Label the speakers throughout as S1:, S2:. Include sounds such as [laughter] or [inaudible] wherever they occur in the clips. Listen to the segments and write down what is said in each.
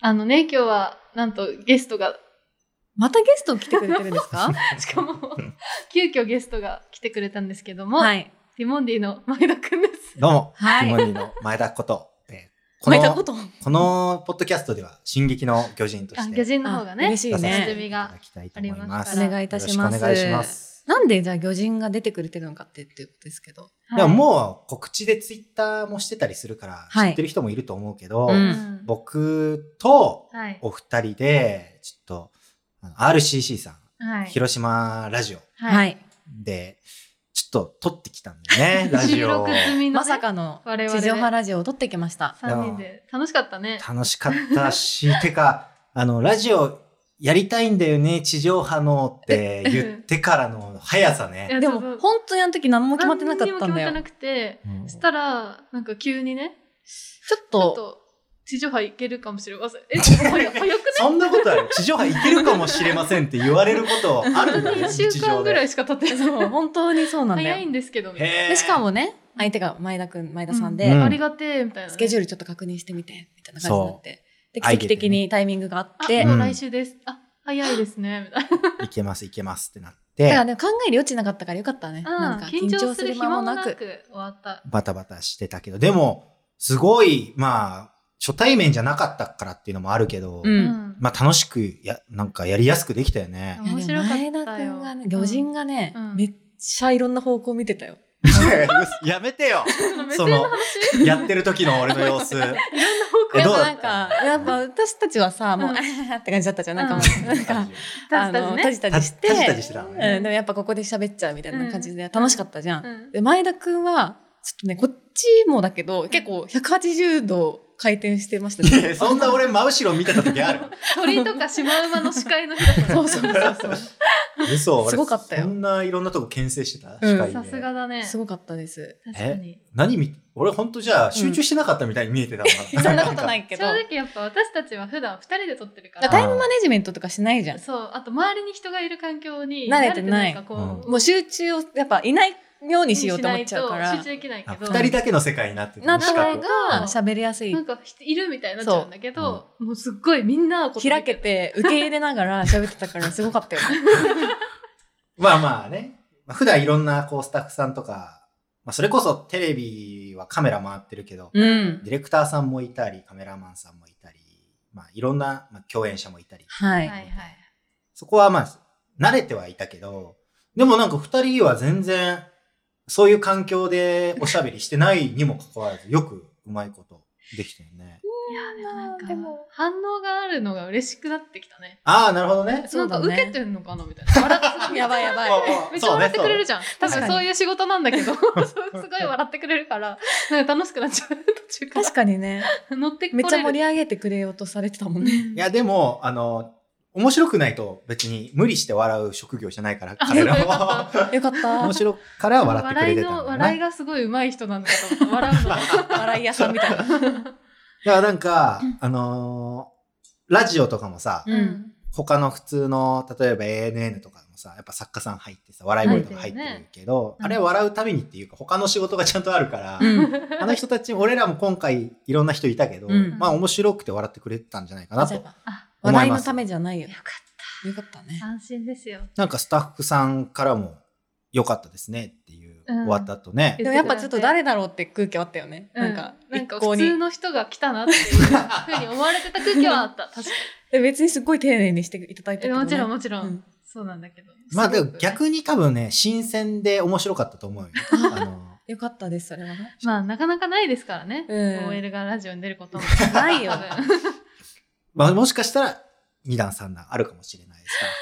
S1: あのね、今日は、なんとゲストが、
S2: またゲスト来てくれてるんで
S1: [laughs]
S2: すか
S1: しかも、急遽ゲストが来てくれたんですけども、
S2: はい。
S1: ティモンディの前田くんです。
S3: どうも、
S2: は
S3: ティモ
S2: い。
S3: ニーの前田こと。えーこ
S2: 巻いたこ
S3: の、
S2: と。
S3: このポッドキャストでは、進撃の巨人と
S1: あ
S3: し、
S1: 魚
S3: て、
S1: 人の方が
S2: あ
S1: ね、
S2: 嬉しい
S3: 出させ
S1: て
S2: ね。
S3: いただきたいと思います。
S1: ありますから
S2: お願いいたし
S3: よろ
S2: ま
S3: く
S2: す。
S3: お願いします。
S2: なんでじゃあ魚人が出てくれてるのかってっていうことですけど。
S1: はい
S3: でももう告知でツイッターもしてたりするから、
S2: はい
S3: 知ってる人もいると思うけど、
S2: うん
S1: ん
S3: 僕と
S1: はい。
S3: お二人で、ちょっと、あの RCC さん、
S1: はい。。
S3: 広島ラジオ
S2: はいい。
S3: で、ちょっと撮ってきたんだよね、ラジオを
S1: 収。録済みの、
S2: ま
S1: ね、
S2: さかの
S1: 我々
S2: 地上波ラジオを撮ってきました。
S1: 3人で。楽しかったね。
S3: 楽しかったし、てか、あの、ラジオやりたいんだよね、地上波のって言ってからの速さ
S1: い
S3: ね。
S1: や
S2: で
S1: そうそう
S2: も本当にあの時何も決まってなかったんだ
S1: 何にも決まってな。
S2: よ
S1: くて、
S3: うん
S1: したら、なんか急にね、
S2: ちょっ
S1: ちょっ
S2: と、
S1: と、地上波行けるかもしれません。
S2: [laughs]
S1: え、早早くね
S3: そんなことある地上波行けるかもしれませんって言われることあるんだ
S1: [laughs]
S3: ね、
S1: 1週
S3: 日
S1: 間
S3: 常
S1: ぐら
S3: で。
S1: いしか経ってない。
S2: そう本当にそうなんだ
S1: 早い
S2: よ。
S1: んですけど、みたい
S3: へー
S2: でしかもね、相手が前田くん、前田さんで、
S3: うん
S1: な。ありがてえ、みたいなね。
S2: スケジュ
S1: ュ
S2: ールちょっと確認してみて、みたいな感じになって。で、
S3: あ
S2: 奇
S3: い
S2: 跡
S3: けてね
S2: 的にタイミングがあって、
S1: あ、も
S3: う
S1: うん来週です。あ、早いですね、みたい
S3: 行けます、行けますってなっ
S2: だから
S3: て、
S2: でも考える余地なかったからよかったね。
S1: な。
S2: [laughs] なん
S1: うん
S2: か
S1: 緊
S2: 緊
S1: 張す
S2: 張す
S1: る
S2: る
S1: 暇
S2: 間
S1: も
S2: も
S1: な
S2: な
S1: く
S2: く。
S1: 終わった。
S3: バタバタしてたけど、でも、すごい、まあ、初対面じゃなかったからっていうのもあるけど、
S2: うん
S3: まあ楽しく、や、なんかやりやすくできたよね。
S1: 面白かったよ
S2: いやでも前田君がね、魚人がね、
S1: うん
S2: めっちゃいろんな方向見てたよ。
S3: [laughs] やめてよ
S1: 目
S3: そ
S1: 線の
S3: の
S1: 話、
S3: や
S1: [laughs]
S3: ってる時の俺の様子。え
S2: やっ
S3: どう
S2: ぱ
S3: だ
S2: な
S3: っ
S2: ん
S3: た
S2: か、やっぱ私たちはさ、もう、
S1: うん
S2: あーって感じだったじゃん。なんかも
S1: う
S2: う、なんか、あ
S1: たちた
S2: の、
S1: ち
S2: た
S1: ね。
S2: じたじ
S3: タジ
S2: して、
S3: タジタジしてたの
S2: う
S3: ね。
S2: ん、でもやっぱここで喋っちゃうみたいな感じで楽しかったじゃん。
S1: うん
S2: で前田君は、ちょっとね、こっちもだけど、結構180度回転してました
S3: いや
S2: ね。
S3: そんな俺真後ろ見てた時ある
S1: 鳥とかシマウマの視界の広さ。
S2: そうそうそう
S1: [laughs]
S2: そう。
S3: [laughs] 嘘俺
S2: すごかったよ
S3: そんないろんなとこ牽制してた
S2: うん
S3: 視界で
S1: さすがだね。
S2: すごかったです。
S1: 確かに。
S3: 何見俺ほんとじゃあ集中してなかったみたいに見えてたのか
S2: そんなことないいけ
S1: 正
S2: ど。
S1: 直やっぱ私たちは普段二人で撮ってるか
S2: だから
S1: ら。
S2: タイムマネジメントとかしないじゃん。
S1: そう、あと周りに人がいる環境に
S2: 慣れてない
S1: 慣れてからこう、
S2: もう集中をやっぱいないようにしようと思っちゃうか
S1: しないと
S2: ら
S1: 集中。できないけど。
S3: 二人だけの世界になって
S2: な
S3: た
S2: っ
S3: ね
S2: た
S3: 視
S2: 方
S3: 覚
S2: が喋りやすい
S1: なん。かいるみたいになっちゃうんだけど、もうすっごいみんなをこう
S2: 開け。て受け入れながら [laughs] 喋ってたからすごかったよね。
S3: まあまあねまあ普段いろんなこうスタッフさんとか、まあ、それこそテレビはカメラ回ってるけど、
S2: うん。
S3: ディレクターさんもいたりカメラマンさんもいたり、まあ、いろんな、まあ、共演者もいたり
S2: は。
S1: はいはいい。
S3: そこはまあ、慣れてはいたけど、でもなんか二人は全然、そういう環境でおしゃべりしてないにもかかわらず、よくうまいことできたよね。
S1: いやでもなんか
S2: でも
S1: 反応があるのが嬉しくなってきたね。
S3: ああ、なるほどね。
S2: そう
S1: な
S2: だ
S1: ん
S2: ね
S1: か受けてんのかなみたいな。笑ってすごい
S2: [laughs] やばいやばい。
S1: めっちゃ笑ってくれる
S3: じ
S1: じゃん。多
S2: 確か
S1: 分
S2: に
S1: そういう仕事なんだけど、 [laughs] そうすごい笑ってくれるから、なんか楽しくなっちゃう途中から
S2: 確かにね。
S1: 乗ってこれ
S2: めっ
S1: る。
S2: ちゃ盛り上げてくれようとされてたもんね。
S1: うん
S3: いや、でも、あの、面白くないと別に無理して笑う職業じゃないから、彼ら
S1: そうか
S3: も。
S2: よかった
S3: 面。白いから笑ってくれてたん
S1: 笑いの、
S3: だな。
S1: 笑いがすごい上手い人なんだけど、笑うのが。
S2: 笑い屋さんみたいな。
S3: だからなんか、あのーラジオとかもさ、
S2: [laughs] うん。
S3: 他の普通の、例えば ANN とかもさ、やっぱ作家さん入ってさ、笑い声とか入ってるけ
S1: 入っ
S3: ど、あ
S1: てるね
S3: れ笑うためにっていうか、他の仕事がちゃんとあるか
S1: [laughs]
S3: ら、
S2: うん。
S3: あの人たち、俺らも今回いろんな人いたけど、
S2: うん
S3: まあ面白くて笑ってくれてたんじゃないかなと。
S1: あ、
S2: 話題のためじゃないよ
S1: よ。かっ
S2: よかったね
S1: た。。安心ですよ。
S3: なんかスタッフさんからも、良かったですねっていう、
S1: うん
S3: 終わった後ね。
S2: でもやっぱちょっと誰だろうって空気あったよね。
S1: う
S2: なんか、
S1: なんか
S2: 一向
S1: 普
S2: に
S1: 通の人が来たなっていうふうに思われてた空気はあった。確か
S2: で別にすっごい丁寧にしていただいたけ
S1: に。
S2: どね。
S1: もちろんもちろ
S2: うん
S1: ん。そうなんだけど。
S3: まあですも
S1: ごくね
S3: 逆に多分ね、新鮮で面白かったと思うよ。あの
S2: よかったです、それはね。
S1: まあなかなかないですからね。
S2: うん
S1: OL がラジオに出ることも。
S2: ないよ
S1: [laughs] 多分
S3: まあもしかしたら、二段三段あるかもしれないですから。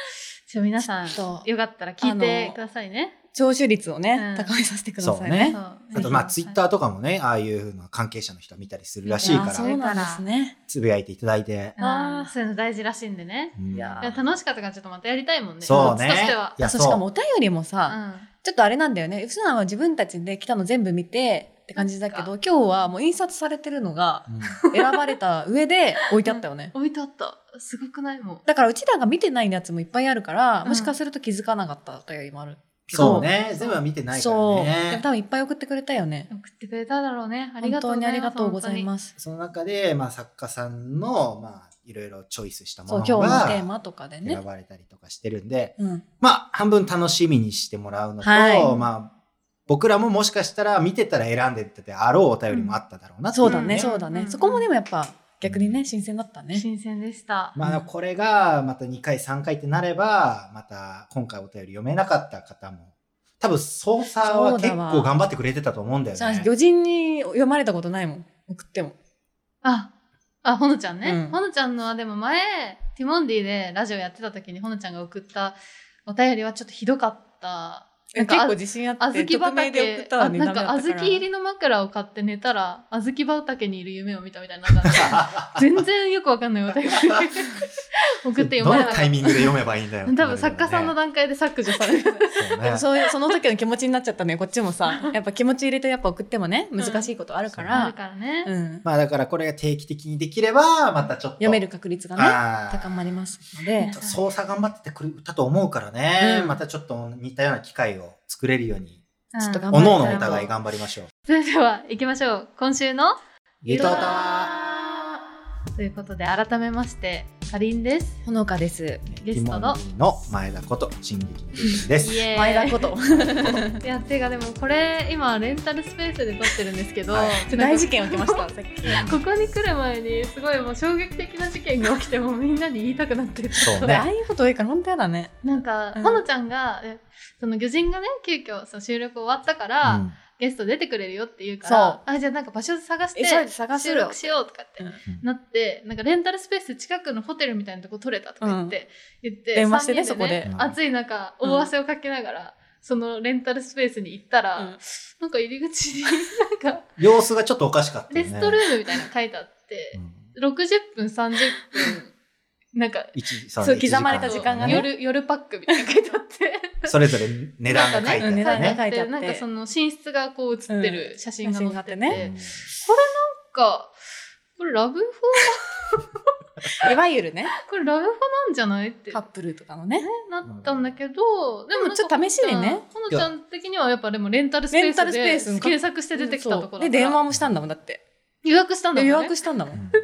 S1: じゃあ皆さん、
S2: ちょっと
S1: よかったら聞いてくださいね。
S2: 聴取率をね、
S1: うん
S2: 高めさせてください
S3: そう
S2: ね。
S3: ね
S1: そう
S3: あとまあ
S1: ぜ
S3: ツ
S1: ひ
S3: イッターとかもね、ああいうの関係者の人は見たりするらしい
S1: あ
S3: か
S1: ーそ
S3: ら
S1: う、
S2: ね。
S3: つぶやいていただいて。
S1: あーそういうの大事らしいんでね。
S3: うん
S2: いや
S1: いや楽しかったからちょっとまたやりたいもんね。
S3: そうね
S1: こっちとしては。。
S3: いや、
S2: そうしかも
S3: そ
S2: お便りも
S1: う
S2: さ、
S1: ん
S2: ちょっとあれなんだよね。普段は自分たちで来たの全部見てって感じだけど、今日はもう印刷されてるのが
S3: う。うん
S2: [laughs] 選ばれた上で置いてあった
S1: [laughs]
S2: よね。
S1: 置いてあった。すごくないもん。
S2: だからうちらが見てないやつもいっぱいあるから、
S1: うん
S2: もしかすると気づかなかったお便りもある。
S3: そうね。全部は見てないから
S2: そう。で
S3: ね
S2: も。多分いっぱい送ってくれたよね。
S1: 送ってくれただろうね。あり
S2: 本
S1: がとう
S2: 当
S1: ございます。
S2: にありがとうございます。
S3: その中で、まあ、作家さんの、まあ、いろいろチョイスした
S2: そ
S3: も
S2: う、
S3: の
S2: 今日のテー
S3: が
S2: マとかでね
S3: 選。ばれたりとかしてるんで、
S2: うん。
S3: まあ、半分楽しみにしてもらうのと、
S2: はい
S3: まあ、僕らももしかしたら見てたら選んでっててあろうお便りもあっただろうなってい
S2: そううだね、
S1: うん
S2: そうだね、
S1: うん
S2: そこもでもやっぱ逆にね、新鮮だったね。
S1: 新鮮でした。
S3: まあ、これがまた2回、3回ってなれば、また今回お便り読めなかった方も、多分操作は結構頑張ってくれてたと思うんだよ
S2: さあ、
S3: ね。
S2: 魚人に読まれたことないもん。送っても。
S1: あ、あ、ほのちゃんね。
S2: うん
S1: ほのちゃんのは、でも前、ティモンディでラジオやってた時にほのちゃんが送ったお便りはちょっとひどかった。なんか
S2: 結構自信あって、
S1: あずき
S2: 匿名で
S1: 畑
S2: 送っ、た
S1: あ
S2: わね。
S1: なんか
S2: ダ
S1: あ
S2: メだ
S1: ず
S2: った
S1: き入りの枕を買って寝たら、あずき畑にいる夢を見たみたいな、なん
S2: [laughs]
S1: か全然よくわかんないお便り送って読ま
S3: ど
S1: れ
S3: の
S1: なかっ
S3: タイミングで読めばいいんだよって
S1: た。
S3: な
S1: 多
S3: る
S1: 分
S3: よ
S1: 作
S3: ね。
S1: 家さんの段階で削除される。
S3: そう
S2: で
S3: ね
S2: もそういうその時の気持ちになっちゃったのよこっち
S1: [laughs]
S2: もさやっぱ気持ち入れてやっぱ送ってもね
S1: ん
S2: 難しいことあるか
S1: あ
S2: ら
S1: る、からね。
S2: うん
S3: まあだからこれが定期的にできれば、またちょっと。
S2: 読める確率がね
S3: あー
S2: 高まりますので
S3: 操作頑張ってくれたと思うからね、
S2: うん
S3: またちょっと似たような機会を作れるように、
S1: うん
S2: ちょっと頑張
S3: お
S2: りたい
S3: のおのお互い頑張りましょう。
S1: それでは行きましょう。今週の
S3: ゆとたわ
S1: ということで改めましてかりんです
S2: ほのかです
S1: ゲストの
S3: ティモンディの前田こと、進撃の巨人です。
S1: イエーイ
S2: 前田こと
S1: いやてかでもこれ今レンタルスペースで撮ってるんですけど、
S3: はい
S1: なんか
S2: 大事件起きま [laughs] したさっき
S1: [laughs] ここに来る前にすごいもう衝撃的な事件が起きてもうみんなに言いたくなってる
S3: そう
S2: あ
S3: ね
S2: あいうこと多いから本当やだね
S1: なんか、
S2: うん
S1: ほのちゃんがえその魚人がね急遽その収録終わったから、
S3: うん
S1: ゲスト出てくれるよって言うからあじゃあなんか場所探して
S2: 急いで探すよ
S1: 収録しようとかって、
S2: うん
S1: なってなんかレンタルスペース近くのホテルみたいなとこ取れたとか言って、言って
S2: 電話してね
S1: 三人
S2: そ
S3: こで
S1: 暑い中大汗をかきながら、そのレンタルスペースに行ったら、
S2: うん
S1: なんか入り口
S2: [laughs]
S1: になんか
S3: 様子がちょっとおかしかったよね。
S1: レストルームみたいなの書いてあって、60分30分なんか
S3: 一そう
S2: そう
S3: 一
S2: 刻まれた時間がね
S3: 夜
S1: 夜夜パックみたいなの書いてあって。
S3: それぞれ [laughs] 値段が書いて
S2: う
S3: あっ
S2: ん値
S3: てね
S2: 段が
S1: 書
S2: 書
S1: い
S2: い
S1: て
S2: て
S1: あっ
S2: あってて
S1: なんかその寝室がこう写ってる写真が載ってて、
S2: うん
S1: な
S2: 写真があって
S1: ん
S2: ね
S1: かこれラブホ
S2: いわゆるね
S1: これラブホなんじゃないって
S2: カップルとかのね
S1: なったんだけど、で
S2: でもちょっと試しでね
S1: ほのちゃんほのちゃん的にはやっぱでもレンタルスペ
S2: レンタルスペ
S1: ー
S2: ース
S1: スで
S2: の
S1: 検索して出てきたところだから
S2: で電話もしたんだもんだって
S1: 予約したんだ
S2: で
S1: もん
S2: 予
S1: ね
S2: 約したんだも
S3: うんん
S1: ちょ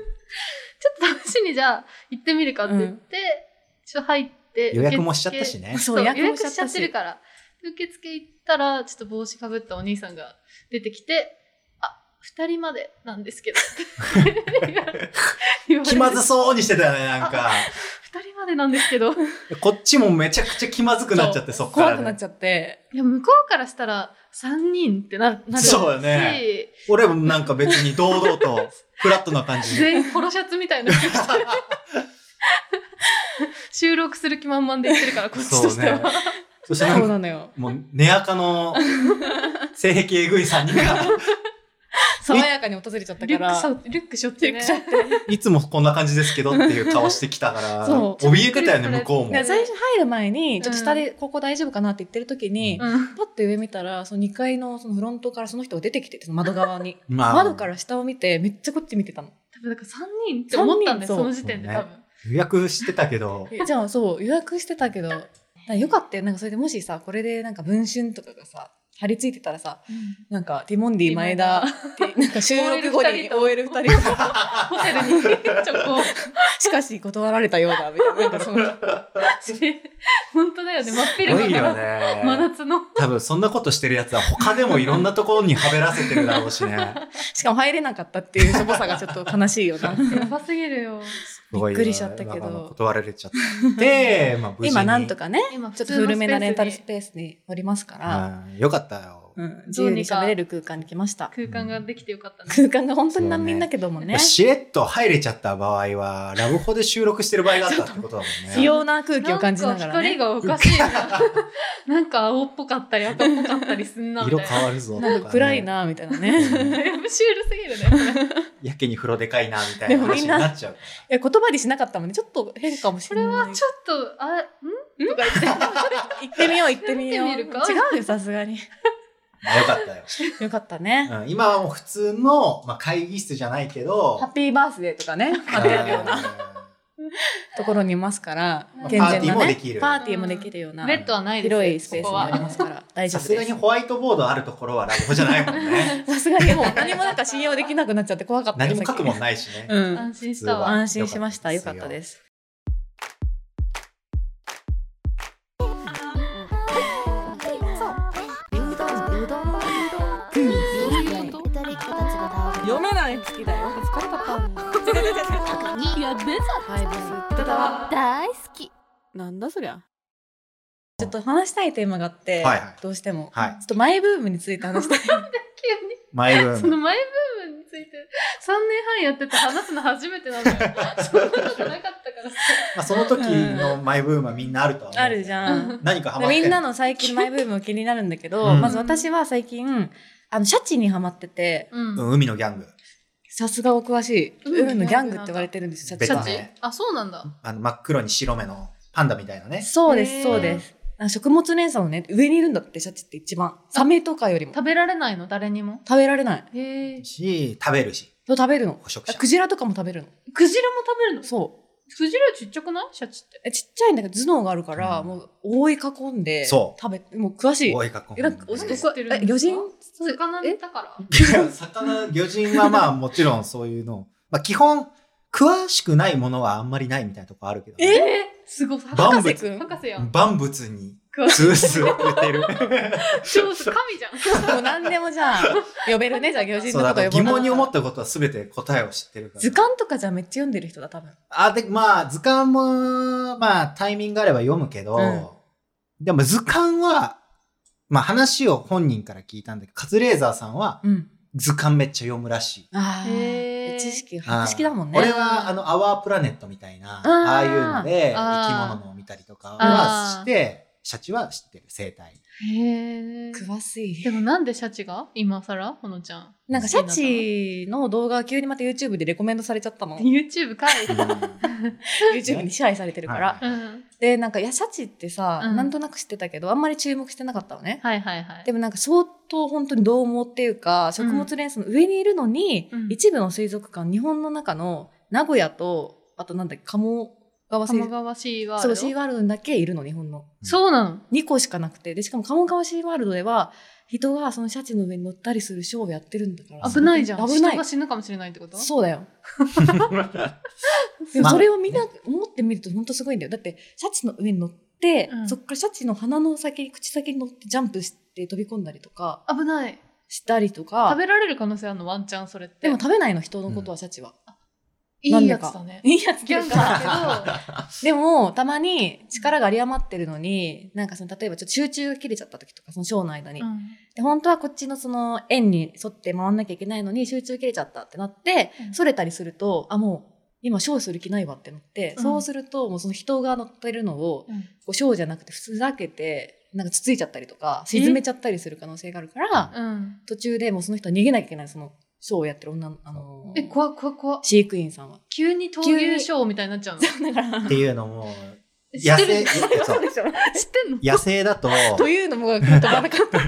S1: っと試しにじゃあ行ってみるかって言って、
S2: うん
S1: ちょっと入って
S3: 予約もしちゃったしね
S1: 受付
S2: そう
S1: そう予
S2: 予約も
S1: 約
S2: しちゃ
S1: し
S2: っ
S1: ちゃ
S2: たし
S1: ってるから受付行ったらちょっと帽子かぶったお兄さんが出てきて「あ二2人までなんですけど」言われて
S3: 気まずそうにしてたよね、なんか。
S1: 二人までなんですけど
S3: こっちもめちゃくちゃ気まずくなっちゃって、そっからね。
S2: 怖くなっちゃって
S1: いや向こうからしたら3人ってななる
S3: そうよね俺もなんか別に堂々と、フラットな感じで。
S1: 全員ポロシャツみたいなの着て収録する気満々で言ってるからこっちと
S3: そう
S1: しては、
S3: ね。そし
S2: そ
S3: てなん
S2: う
S3: か、
S2: なのよ
S3: もう、寝垢の、性癖えぐい3人が、
S2: 爽やかに訪れちゃった
S1: リュ
S2: か
S1: ック
S2: ら
S1: しょリュックしょって
S2: リュ
S1: ね
S2: ックしょ
S3: いつもこんな感じですけどっていう顔してきたから、
S2: そう
S3: 怯えてたよね、向こうも
S1: ね。
S2: で最初入る前にちょっと下でここ大丈夫かなって言ってる時に、
S1: うん
S2: パッて上見たらその2階のそのフロントからその人が出てきててその窓側に
S3: まあ、
S2: 窓から下を見てめっちゃこっち見てたの
S1: 多分なんか3人って思ったんだよ
S2: 三人そう
S1: その時点で多分、
S3: 予約してたけど、
S2: えじゃあそう予約してたけどなんかよかったよなんかそれでもしさこれでなんか文春とかがさ張り付いてたらさなんかティモンディ前田って [laughs] なんか収録後に
S1: OL
S2: OL2
S1: 二
S2: 人が
S1: ホテルに [laughs] ちょっとこう
S2: しかし断られたようだみたいななんかその
S1: して本当だよね真っ
S3: すご
S1: 昼
S3: い
S1: 間
S3: よ
S1: の真
S3: ね。
S1: 夏の
S3: 多分そんなことしてるやつは他でもいろんなところにはべらせてるだろうしね。
S2: しかも入れなかったっていうしょぼさがちょっと悲しいよな
S1: やばすぎるよ
S3: すごいよ
S2: [laughs] びっくりしちゃったけど
S3: わがまま断られちゃ
S2: [laughs]
S3: って、まあ無事に。
S2: 今なんとかね
S1: 今
S2: ちょっと古めなレンタルス
S1: 普通の
S2: ペースにおりますから、
S3: うんよかったよ。
S2: うん、自由に喋れる空間に来ました
S1: ス。ペースに空間ができてよかったね
S2: 空間が本当に難民だけどもね。
S3: しれっと入れちゃった場合は、ラブホで収録してる場合があったってことだもん
S2: 異
S3: ね。
S2: 様な空気を感じながら
S1: ん
S2: ね。
S1: か光がおかしいな [laughs] なんか青っぽかったり赤っぽかったりすんなみた
S3: 色
S1: いな
S3: 変わるぞとか、
S2: なん
S3: ね。
S2: か暗い。なみたいな
S3: シ
S1: シュー
S2: ね。
S1: ルすぎるね
S3: やけに風呂でかいな、みたいな話になっちゃう。
S2: え言葉にしなかったもんね。ちょっと変かもしれない。これは
S1: ちょっとあんとか言って
S2: 行ってみよう行ってみよう。
S1: 行ってみるか
S2: 違うよさすがに。
S3: まあよかったよ。
S2: よかったね。
S3: うん今はもう普通の、まあ、会議室じゃないけど
S2: ハ、ッピーバースデーとかね。
S3: あ
S2: あてるような
S3: ー
S2: とろにいますから
S1: うん、
S2: 健全
S3: パーティー
S2: な
S3: もで
S2: ね。
S3: きる
S2: パーティーもできるような
S1: ベッドはないですよ
S2: 広いスペース
S1: ここ
S2: になり
S1: は
S2: ますから、大丈
S3: さ
S2: 夫
S3: すが
S2: で
S3: に
S2: す。
S3: ホワイトボードあるところはラブホじゃないもん
S2: [laughs]
S3: ね。
S2: さすがにもう何もなんか信用できなくなっちゃって怖かった
S3: 何
S2: よ
S3: も書くもんないし
S2: さっ
S3: ね
S2: き。うん。
S1: 安心した
S3: 普通は
S1: わ。
S2: 安心しました。よかったです。
S4: うどんうどんうどん二人っ子たちが倒れ
S2: めない好きだよ。疲れた
S4: にやべぞ
S2: はい、です。た
S4: 大好き
S2: なんだそりゃ。ちょっと話したいテーマがあって、
S3: はいはい
S2: どうしても。
S3: はい
S2: ちょっとマイブームについて話し
S3: [laughs]
S2: たい。
S1: 急に
S3: マイ
S2: [laughs]
S3: ブ
S1: そ
S3: ー
S1: の
S3: ム。
S1: マイブームについて3年半やってて話すの初めてな
S3: [laughs]
S1: のよ。そんなことなかったからさ。
S3: まあ、その時のマイブームはみんなあるとは思う。
S2: あるじゃん。
S3: 何かハマって
S2: み
S3: る
S2: んなの最近マイブーム気になるんだけど、
S3: うん
S2: まず私は最近、あの、シャチにハマってて、
S1: うん
S3: うん海のギャング。
S2: さすがお詳しい。
S1: うん
S2: 海のギャングって言われてるんですよ、シャチ
S1: シ
S2: は
S1: ャチ
S3: ベタね
S1: あ、そうなんだ。
S3: あの真っ黒に白目のパンダみたいなね。
S2: そうで
S1: へ
S2: す、
S1: ー
S2: そうです。あ食物連鎖のね、上にいるんだって、シャチって一番。サメとかよりも。
S1: 食べられないの誰にも。
S2: 食べられない。
S1: へえ。
S3: し、食べるし、
S2: そう食べるの。
S3: 捕食者。
S2: クジラとかも食べるの。
S1: クジラも食べるの
S2: そう。
S1: クジラちっちゃくないシャチって。
S2: えちっちゃいんだけど、頭脳があるから、
S3: うん
S2: もう覆い囲んで、
S3: そう
S2: 食べ、もう詳しい。
S3: おいかこ
S2: えなんかお
S1: 知
S2: え
S1: ってるんですか
S2: え魚人
S1: 魚
S2: え
S1: だから。
S3: 魚、魚人はまあもちろんそういうの。まあ基本、詳しくないものはあんまりないみたいなとこあるけど、
S1: えすごい。
S3: バ
S1: 博
S3: ンブ
S1: 士
S2: くん
S1: 博士やん。
S3: 万物に
S1: 詳しい。
S3: 通ずれ
S2: [laughs]
S3: てる。
S1: 上手神じゃん。
S2: もう何でもじゃあ、呼べるね、じゃあ魚人
S3: そう
S2: の
S3: だ
S2: こ
S3: か
S2: と呼ぼ
S3: ら疑
S2: う
S3: 問に思ったことは全て答えを知ってるから。
S2: 図鑑とかじゃあめっちゃ読んでる人だ、多分。
S3: あ、で、まあ図鑑も、まあタイミングあれば読むけど、
S2: うん
S3: でも図鑑は、まあ話を本人から聞いたんだけど、カズレーザーさんは
S2: うん。
S3: 図鑑めっちゃ読むらしい。
S2: あ
S1: へ
S2: あ。
S1: ー
S2: 知識、博識だもんね。
S3: 俺は、あの、アワープラネットみたいな、
S2: あー
S3: ああいうので、生き
S1: あー
S3: 物のを見たりとかはして、シャチは知ってる、生
S1: へ
S3: 態。
S1: え。
S2: 詳しい
S1: で。もなんでシャチが今更ほのちゃん。
S2: なんか、シャチの動画が急にまた YouTube でレコメンドされちゃったの。
S1: YouTube かい。
S2: YouTube に支配されてるから。
S3: はいはいうは
S1: ん。
S2: で、なんか、いや、シャチってさ、
S1: うん
S2: なんとなく知ってたけど、あんまり注目してなかったのね。
S1: はいはいはい。
S2: でもなんか、相当本当に獰猛っていうか、食物連鎖の上にいるのに、
S1: うん
S2: 一部の水族館、日本の中の名古屋と、あとなんだっけ、鴨川水
S1: 鴨
S2: 族
S1: 川シーワール
S2: そう、
S1: ド。
S2: シーワールドにだけいるの、日本の。
S1: そうなの。
S2: 2個しかなくて。で、しかも鴨川シーワールドでは、人がそのシャチの上に乗ったりするショーをやってるんだから。
S1: 危ないじゃん。
S2: 危な
S1: 人
S2: い
S1: が。死ぬかもしれないってこと
S2: そうだよ。
S3: まあ
S2: それをみんな思ってみると本当すごいんだよ。だって、シャチの上に乗って、
S1: うん
S2: そっからシャチの鼻の先、口先に乗ってジャンプして飛び込んだりとか、
S1: 危ない。
S2: したりとか
S1: 食、べられる可能性あるのワンチャンそれって。
S2: でも食べないの、人のことはシャチは。
S1: いいやつだね。
S2: いいやつ
S1: ギャングだけど。
S2: [laughs] でも、たまに力が有り余ってるのに、なんかその、例えばちょっと集中が切れちゃった時とか、そのショーの間 [laughs] に。
S1: うん
S2: で、本当はこっちのその円に沿って回んなきゃいけないのに、集中切れちゃったってなって、
S1: うん
S2: それたりすると、あ、もう、今、ショーする気ないわってなって、
S1: うん
S2: そうすると、もうその人が乗ってるのを、
S1: うん
S2: こうショーじゃなくてふざけてなんかつついちゃったりとか沈めちゃったりする可能性があるから
S1: うん。
S2: 途中でもうその人は逃げなきゃいけないそのショーをやってる女の、あのー
S1: え、怖っ怖っ怖
S2: [laughs]
S1: っ。
S2: 飼育員さんは。
S1: 急に闘牛ショーみたいになっちゃうの。知
S2: だから
S3: っていうのも、
S1: って
S3: 野生
S1: る、
S3: そう
S2: でしょ
S1: [laughs] 知ってんの
S3: 野生だと、
S2: [laughs] というのもが止まらなか
S3: [laughs]
S2: った。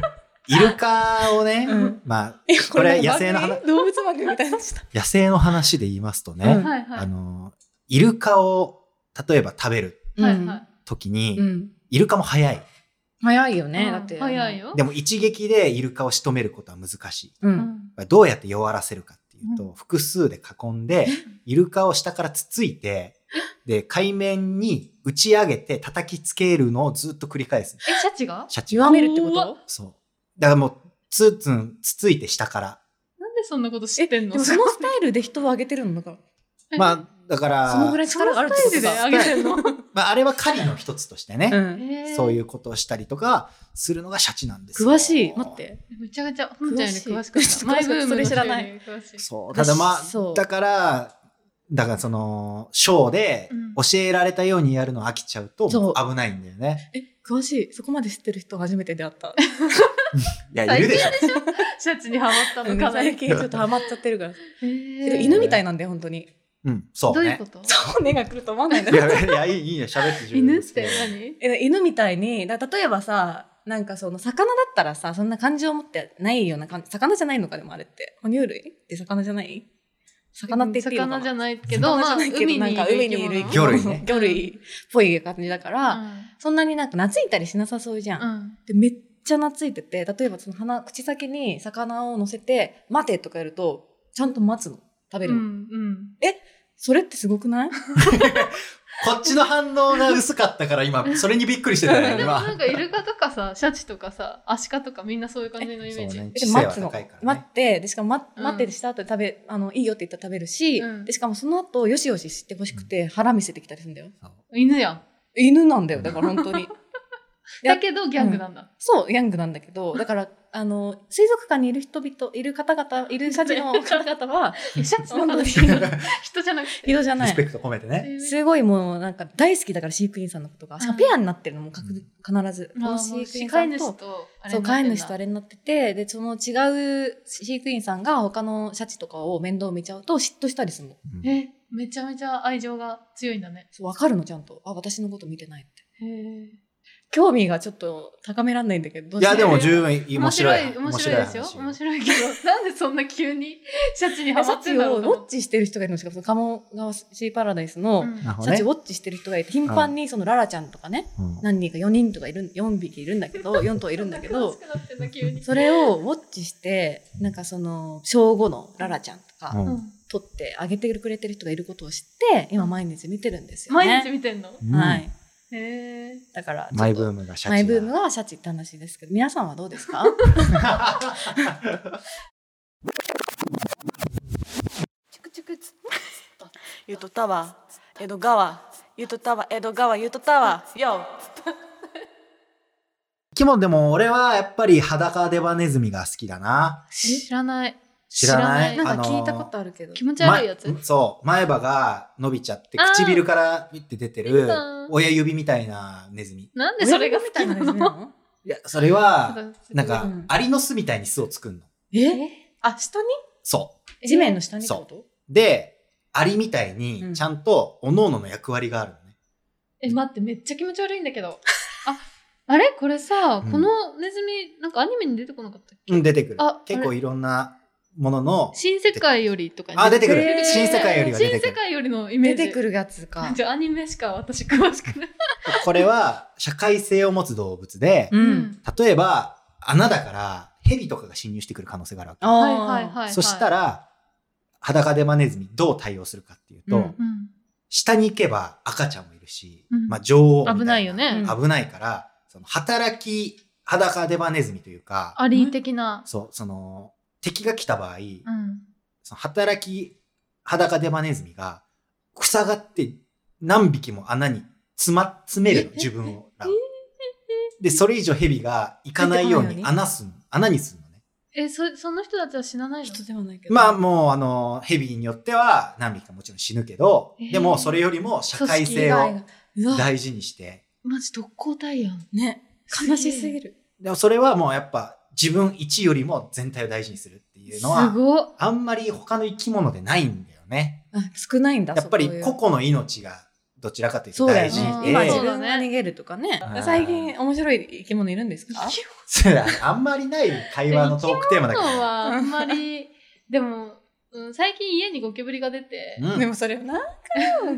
S3: イルカをね、
S2: うん
S3: まあ、
S2: え
S3: これ
S2: もう
S3: 野生の
S2: 番組動物番組みたいになっちゃっ
S3: 野生の話で言いますとね、
S2: うん
S1: はいは
S3: あ
S1: い。
S3: の、イルカを、例えば食べる
S2: た。
S1: はいはい。
S3: 時に、
S2: うんうん
S3: イルカも早い。
S2: 早いよね、
S1: うん
S2: だって。
S1: 早い。よ。
S3: でも一撃でイルカを仕留めることは難しい。
S2: う。
S1: うんん。
S3: どうやって弱らせるかっていうと、複数で囲んで、イルカを下からつついて、で、海面に打ち上げて叩きつけるのをずっと繰り返す。
S1: え、シャチが
S3: シャチ
S2: 極
S3: は。
S2: めるってこ
S1: 怖
S2: と
S3: そう。だからもう、ツーツンつついて下から。
S1: なんでそんなこと知
S2: え、
S1: って
S2: で
S1: ん
S2: も
S1: の
S2: そのスタイルで人を上げてるのだか、
S3: まあ、だからら、
S2: そのぐらい力があるってこと
S1: そのス
S2: だ
S1: タイルで上げてんの。
S3: まあ、あれは狩りの一つとしてね、
S2: うん。
S3: そういううことをしたりとか、するのがシャチなんですよ
S2: 詳しい。待っ。て。
S1: むちゃくちゃ、ほのちゃんより詳しか
S2: 詳
S1: っ。
S2: したい
S1: マイブームの
S2: それ知らない
S1: 人より詳しい。
S3: そう。ただまあ
S2: 私そ、う
S3: だから、だからその、ショーで
S1: うん
S3: 教えられたようにやるの飽きちゃうと
S2: そう
S3: 危ないんだよね。
S2: え、詳しい。そこまで知ってる人初めて出会った。
S3: いや、いるでしょ。
S1: シャチにハマったのかな
S2: 最近ちょっとハマっちゃってるから。けど
S1: え
S2: 犬みたいなんだよ、本当に。
S3: うん、そう、ね。
S1: どういうこと
S2: そう、目が来ると思わないんだ
S3: いや、いや、いい、いいよ、喋って十分
S1: 犬っ
S3: ですけ
S1: て
S3: ど
S1: 何
S2: え犬みたいに、だ例えばさ、なんかその魚だったらさ、そんな感情を持ってないような感じ、魚じゃないのかでもあれって。哺乳類って魚じゃない魚って言っていいのかな
S1: 魚じゃないけど、まあ、
S2: 魚じゃないけど
S1: 海
S2: なん
S1: に
S2: か海にいる
S1: 生
S3: 生
S1: き
S3: き
S1: 物
S3: 魚類ね
S2: 魚類っぽい感じだから、そんなになんか懐いたりしなさそうじゃん。
S1: うん。うん
S2: でめっちゃ懐いてて例えばその鼻口先に魚を乗せて「待て」とかやるとちゃんと待つの食べ
S1: う
S2: るの、
S1: ん。うん。
S2: それってすごくない
S3: こっちの反応が薄かったか
S1: [laughs]
S3: ら今、それにびっくりしてた
S1: で
S3: よ、
S1: も [laughs]
S3: 今。
S1: なんかイルカとかさ、シャチとかさ、アシカとかみんなそういう感じのイメージ。
S3: そ
S1: う
S3: うね
S2: で待つ
S3: 知性
S2: の、
S3: は高いからね
S2: 待ってでしかも待
S1: うん
S2: 待ってした後で食べあのいいよって言ったら食べるし、
S1: うん
S2: でしかもその後よしよししてほしくて腹見せてきたりするんだよ
S1: 犬やん。
S2: 犬なんだよだから
S1: [laughs]
S2: 本当にや
S1: だけどギャングなんだ。
S2: そうヤングなんだけどだからあの水族館にいる人々いる方々いるシャチの方々
S1: [laughs]
S2: は
S1: えシャチの
S2: 本当に
S1: 話
S3: [laughs]
S1: 人じゃなくて。
S2: 人じゃな
S3: リ
S2: い
S3: スペクト込めてね。
S2: すごいもうなんか大好きだから飼育員さんのことが、しかもペアになってるのも確必ず、こ
S1: まあも
S2: の飼
S1: う
S2: 育員
S1: 飼
S2: さ
S1: い
S2: ん
S1: 主
S2: と
S1: とあれ
S2: そう
S1: にな
S2: 飼
S1: っ
S2: い
S1: てんだ
S2: 主とあれになっててでその違う飼育員さんが他のシャチとかを面倒見ちゃうと嫉妬したりするの
S3: うん
S1: え、めちゃめちゃ愛情が強いんだね。
S2: そう分かるのちゃんとあ私のこと見てないって
S1: へえ。
S2: 興味がちょっと高めらんないんだけどどう
S3: いや、
S2: し
S3: で
S2: よう
S3: も十分面
S1: 面
S3: 白
S1: 白
S3: い。
S1: い、面白いですよ。面白いけど、 [laughs] なんでそんな急に [laughs] シャチにハ
S2: シ
S1: マ
S2: ャ
S1: って
S2: チ
S1: んだろ
S2: を
S1: う
S2: ウ
S1: と
S2: ォ
S1: 思
S2: ッ
S1: って。
S2: チしてる人がいるのしかもその鴨川シーパラダイスの、
S1: うん
S3: なるほ
S2: シ
S3: ど
S2: ャチ
S3: ね
S2: ウ。ォッチしてる人がいて頻繁にそのララちゃんとかね、
S3: うん
S2: 何人か4人とかいる4匹いるんだ
S1: [laughs]
S2: けど4頭いるんだけ
S1: 詳
S2: ど
S1: しくなってんだ急に
S2: それをウォッチして、なんかその、小5のララちゃんとか、
S3: うん
S1: うん
S2: 撮ってあげてくれてる人がいることを知って、今毎日見てるんですよね。
S1: 毎日見てんの
S3: うん
S2: はい。
S1: へえ。
S2: だから、
S3: マイブー
S2: ム。
S3: ムがシャチだ。
S2: マイブームはシャチって話ですけど、皆さんはどうです
S1: [laughs]
S2: か
S5: チュクチュクツゆとたわ江戸川ゆとたわ江戸川ゆとたわよ
S3: キモンでも俺はやっぱり裸デバネズミが好きだな。
S1: 知らない。
S3: 知らない
S2: なんか聞いたことあるけど。
S1: 気持ち悪いやつ
S3: まそう。前歯が伸びちゃって、
S1: あー
S3: 唇からビって出て
S1: 見
S3: る
S1: た、
S3: 親指みたいなネズミ。
S1: なんでそれが好きな
S2: 親子みたいな感じ
S1: の
S2: の
S3: いや、それは、なん
S2: う
S3: か
S2: ん、
S3: アリの巣みたいに巣を作るの。
S2: えあ、下に
S3: そ
S2: 地面の下にってこと
S3: う。で、アリみたいうに、
S2: ん
S3: ちゃんと、おののの役割があるのね。
S1: え、待って、めっちゃ気持ち悪いんだ
S2: [laughs]
S1: けど。あ、あれこれさ、
S3: うん
S1: このネズミ、なんかアニメに出てこなかったっけ
S3: うん、出てくる
S1: あ。
S3: 結
S1: あ
S3: 構
S1: れ
S3: いろんなものの、
S1: 新世界よりとかに
S3: あ、出てくる
S2: へ。ー
S3: 新世界よりは出
S1: 新
S3: てく
S1: 世
S3: る。
S1: 界よりのイメ
S2: 出
S1: ージ。
S2: てくるやつか。
S1: じゃあアニメしか私詳しくない。
S3: これは、社会性を持つ動物で、
S2: う。。
S1: うん
S3: 例えば、穴だから、蛇とかが侵入してくる可能性があるわけ。
S2: あ
S1: はいはいはい、はい。
S3: そした、ら、裸デマネズミどう対応するかっていうと、
S2: うん
S1: うん、
S3: 下に行けば赤ちゃんもいるし、
S1: うん
S3: まあ女王みたいな。
S1: 危ないよね。
S3: 危ないから、その働き裸デバネズミというか、
S1: アリー的な。
S3: そう、その、敵が来た場合、
S1: うん。
S3: その働き裸デバネズミが、塞がって何匹も穴に詰ま、詰めるの、自分を。で、それ以上蛇が行かないよう
S2: 出てこないよう
S3: に
S2: に
S3: 穴すん、穴にすんのね。
S1: え、そ、その人たちは死なないの
S2: 人ではないけど。
S3: まあもうあの、ヘビによっては何匹かもちろん死ぬけど、
S1: えー
S3: でもそれよりも社
S2: 組
S3: 会性
S2: 織以外
S3: を
S2: が。うわ、
S3: 大事にして、
S1: マジ特攻隊やん。
S2: ね。悲しすぎる。
S3: でもそれはもうやっぱ自分一よりも全体を大事にするっていう
S1: す
S3: のは、
S1: ごっ。
S3: あんまり他の生き物でないんだよね。
S2: あ少ないんだ。
S3: やっぱり
S2: そういう
S3: 個々の命がどちらかという
S2: そ
S3: と
S2: うだ
S3: 大
S2: よ
S3: 事
S1: うん
S2: ね。
S3: で、
S2: 今
S1: 大事
S2: 自分が逃げるとかね
S3: うん。
S2: 最近面白い生き物いるんですか
S3: そうだあんまりない会話のトークテーマだけ
S1: そう
S3: ど。
S1: はあんまり、 [laughs] でも、うん、最近家にゴキブリが出て、
S2: [laughs]
S3: うん
S2: でもそれなんか